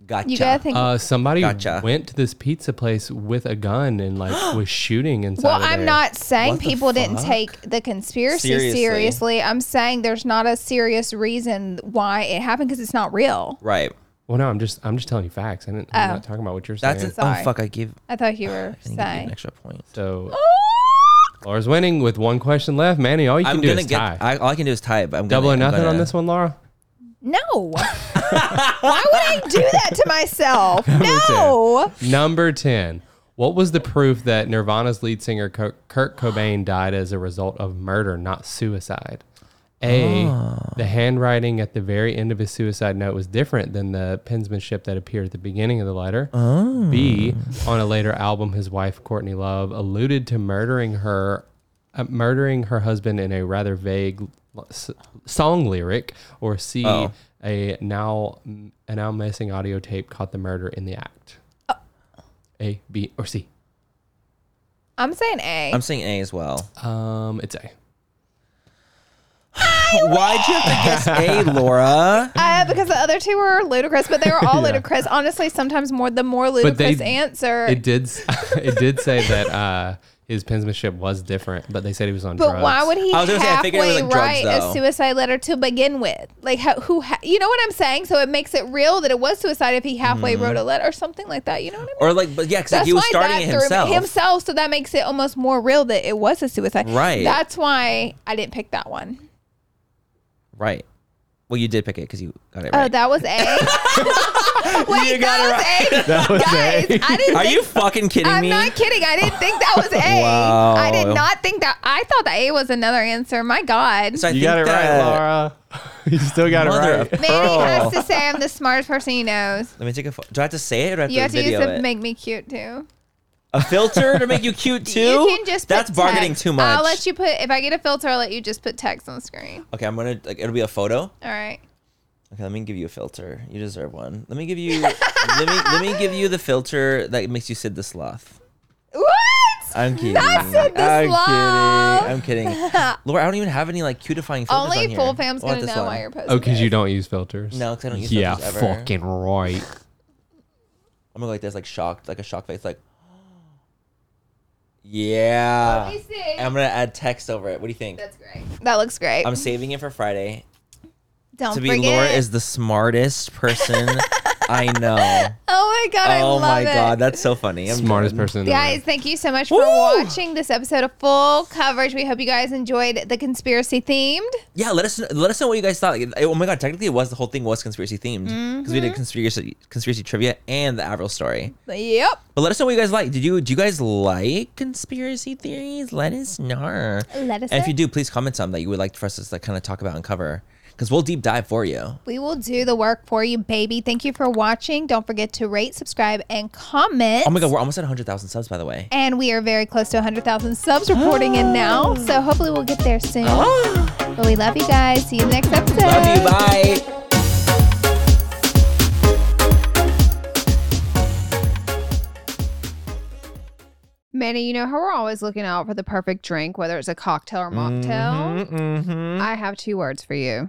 S1: Gotcha.
S2: You gotta think.
S5: Uh, somebody
S1: Gotcha.
S5: went to this pizza place with a gun and like was shooting inside.
S2: well,
S5: of
S2: I'm
S5: there.
S2: not saying
S1: What the
S2: people didn't
S1: fuck?
S2: take the conspiracy
S1: Seriously.
S2: seriously. I'm saying there's not a serious reason why it happened because it's not real.
S1: Right.
S5: Well, no, I'm just I'm just telling you facts. I didn't, I'm not talking about what you're saying.
S1: That's. An, oh
S2: Sorry.
S1: fuck! I gave.
S2: I thought you were
S1: I didn't give you an
S2: saying.
S1: extra point.
S5: so
S2: Oh!
S5: Laura's winning with one question left. Manny, all you can
S1: I'm
S5: do
S1: gonna
S5: is
S1: get.
S5: tie.
S1: I, all I can do is tie. But I'm
S5: Double
S1: gonna,
S5: or
S1: I'm
S5: nothing on
S1: gonna-
S5: this one, Laura.
S2: No. Why would I do that to myself? No.
S5: Number ten. What was the proof that Nirvana's lead singer Co- Kurt Cobain died as a result of murder, not suicide? A. The handwriting at the very end of his suicide note was different than the penmanship that appeared at the beginning of the letter. B. On a later album, his wife Courtney Love alluded to murdering her, uh, murdering her husband in a rather vague l- s- song lyric. Or C. A now a now missing audio tape caught the murder in the act. A, B, or C.
S2: I'm saying A. Uh,
S1: I'm saying A as well.
S5: Um, it's A.
S1: Why'd you have to guess A, Laura?
S2: Uh, because the other two were ludicrous, but they were all ludicrous. Honestly, sometimes more the more ludicrous answer.
S5: It did. s- It did say that uh, his penmanship was different, but they said he was on
S2: but
S5: drugs.
S2: why would he
S1: I was gonna say, I figured it was,
S2: halfway
S1: like, drugs,
S2: write
S1: though.
S2: a suicide letter to begin with? Like, how, who? Ha- you know what I'm saying? So it makes it real that it was suicide if he halfway wrote a letter or something like that. You know what I mean?
S1: Mm-hmm. Or like, but yeah, because like he was starting it
S2: threw me-
S1: himself.
S2: himself. So that makes it almost more real that it was a suicide.
S1: Right.
S2: That's why I didn't pick that one.
S1: Right. Well, you did pick it because you got it
S2: Oh,
S1: right.
S2: that was A. Wait,
S1: You got
S2: that, was A. Guys, I didn't
S1: Are
S2: think
S1: you fucking kidding
S2: I'm
S1: me?
S2: not kidding. I didn't think that was A. I
S1: Wow.
S2: did not think that. I thought that A was another answer. My God.
S1: So I
S5: You
S1: think
S5: got it
S1: that-
S5: right, Laura. You still got
S1: Mother
S5: it
S1: of
S5: right.
S2: Maybe he
S1: pearl.
S2: has to say I'm the smartest person he knows.
S1: Let me take a. Fo- do I have to say it or do I have
S2: You have to use
S1: video
S2: the
S1: it?
S2: make me cute too.
S1: a filter to make you cute too?
S2: You can just put
S1: That's bargaining
S2: text.
S1: too much.
S2: I'll let you put if I get a filter, I'll let you just put text on the screen.
S1: Okay, I'm gonna. Like, it'll be a photo.
S2: All right.
S1: Okay, let me give you a filter. You deserve one. Let me give you. let me let me give you the filter that makes you Sid the Sloth.
S2: What?
S1: I'm kidding.
S2: That's Sid the
S1: I'm
S2: Sloth.
S1: kidding. I'm kidding. Laura, I don't even have any like cutifying filters. on
S2: Only
S1: here.
S2: full fam's
S1: What about
S2: gonna
S1: this
S2: know
S1: one?
S2: why you're posting.
S5: Oh, because
S2: this.
S5: you don't use filters.
S1: No, 'cause I don't use
S5: yeah,
S1: filters ever.
S5: Yeah, fucking right.
S1: I'm gonna go like this, like shocked, like a shock face, like. Yeah.
S2: Let me see.
S1: I'm gonna add text over it. What do you think?
S2: That's great. That looks great.
S1: I'm saving it for Friday.
S2: don't
S1: to be
S2: forget.
S1: Laura is the smartest person I know.
S2: oh my God, I
S1: oh
S2: love
S1: my
S2: it.
S1: god, that's so funny. I'm
S5: Smartest
S1: done.
S5: person. in the
S2: Guys,
S5: room.
S2: thank you so much for watching this episode of full coverage. We hope you guys enjoyed the conspiracy themed.
S1: Yeah, let us let us know what you guys thought. Oh my god, technically it was the whole thing was conspiracy themed because we
S2: Mm-hmm.
S1: did conspiracy conspiracy trivia and the Avril story.
S2: Yep.
S1: But let us know what you guys like. Did you do you guys like conspiracy theories? Let us know.
S2: Let us
S1: And if
S2: know.
S1: you do, please comment some that you would like for us to like, kind of talk about and cover because we'll deep dive for you.
S2: We will do the work for you, baby. Thank you for watching. Don't forget to rate, subscribe, and comment.
S1: Oh my god, we're almost at 100,000 subs by the way.
S2: And we are very close to 100,000 subs reporting in now. So hopefully we'll get there soon. But we love you guys. See you next episode.
S1: Love you. Bye.
S2: Manny, you know how we're always looking out for the perfect drink, whether it's a cocktail or mocktail?
S1: Mhm, mhm.
S2: I have two words for you.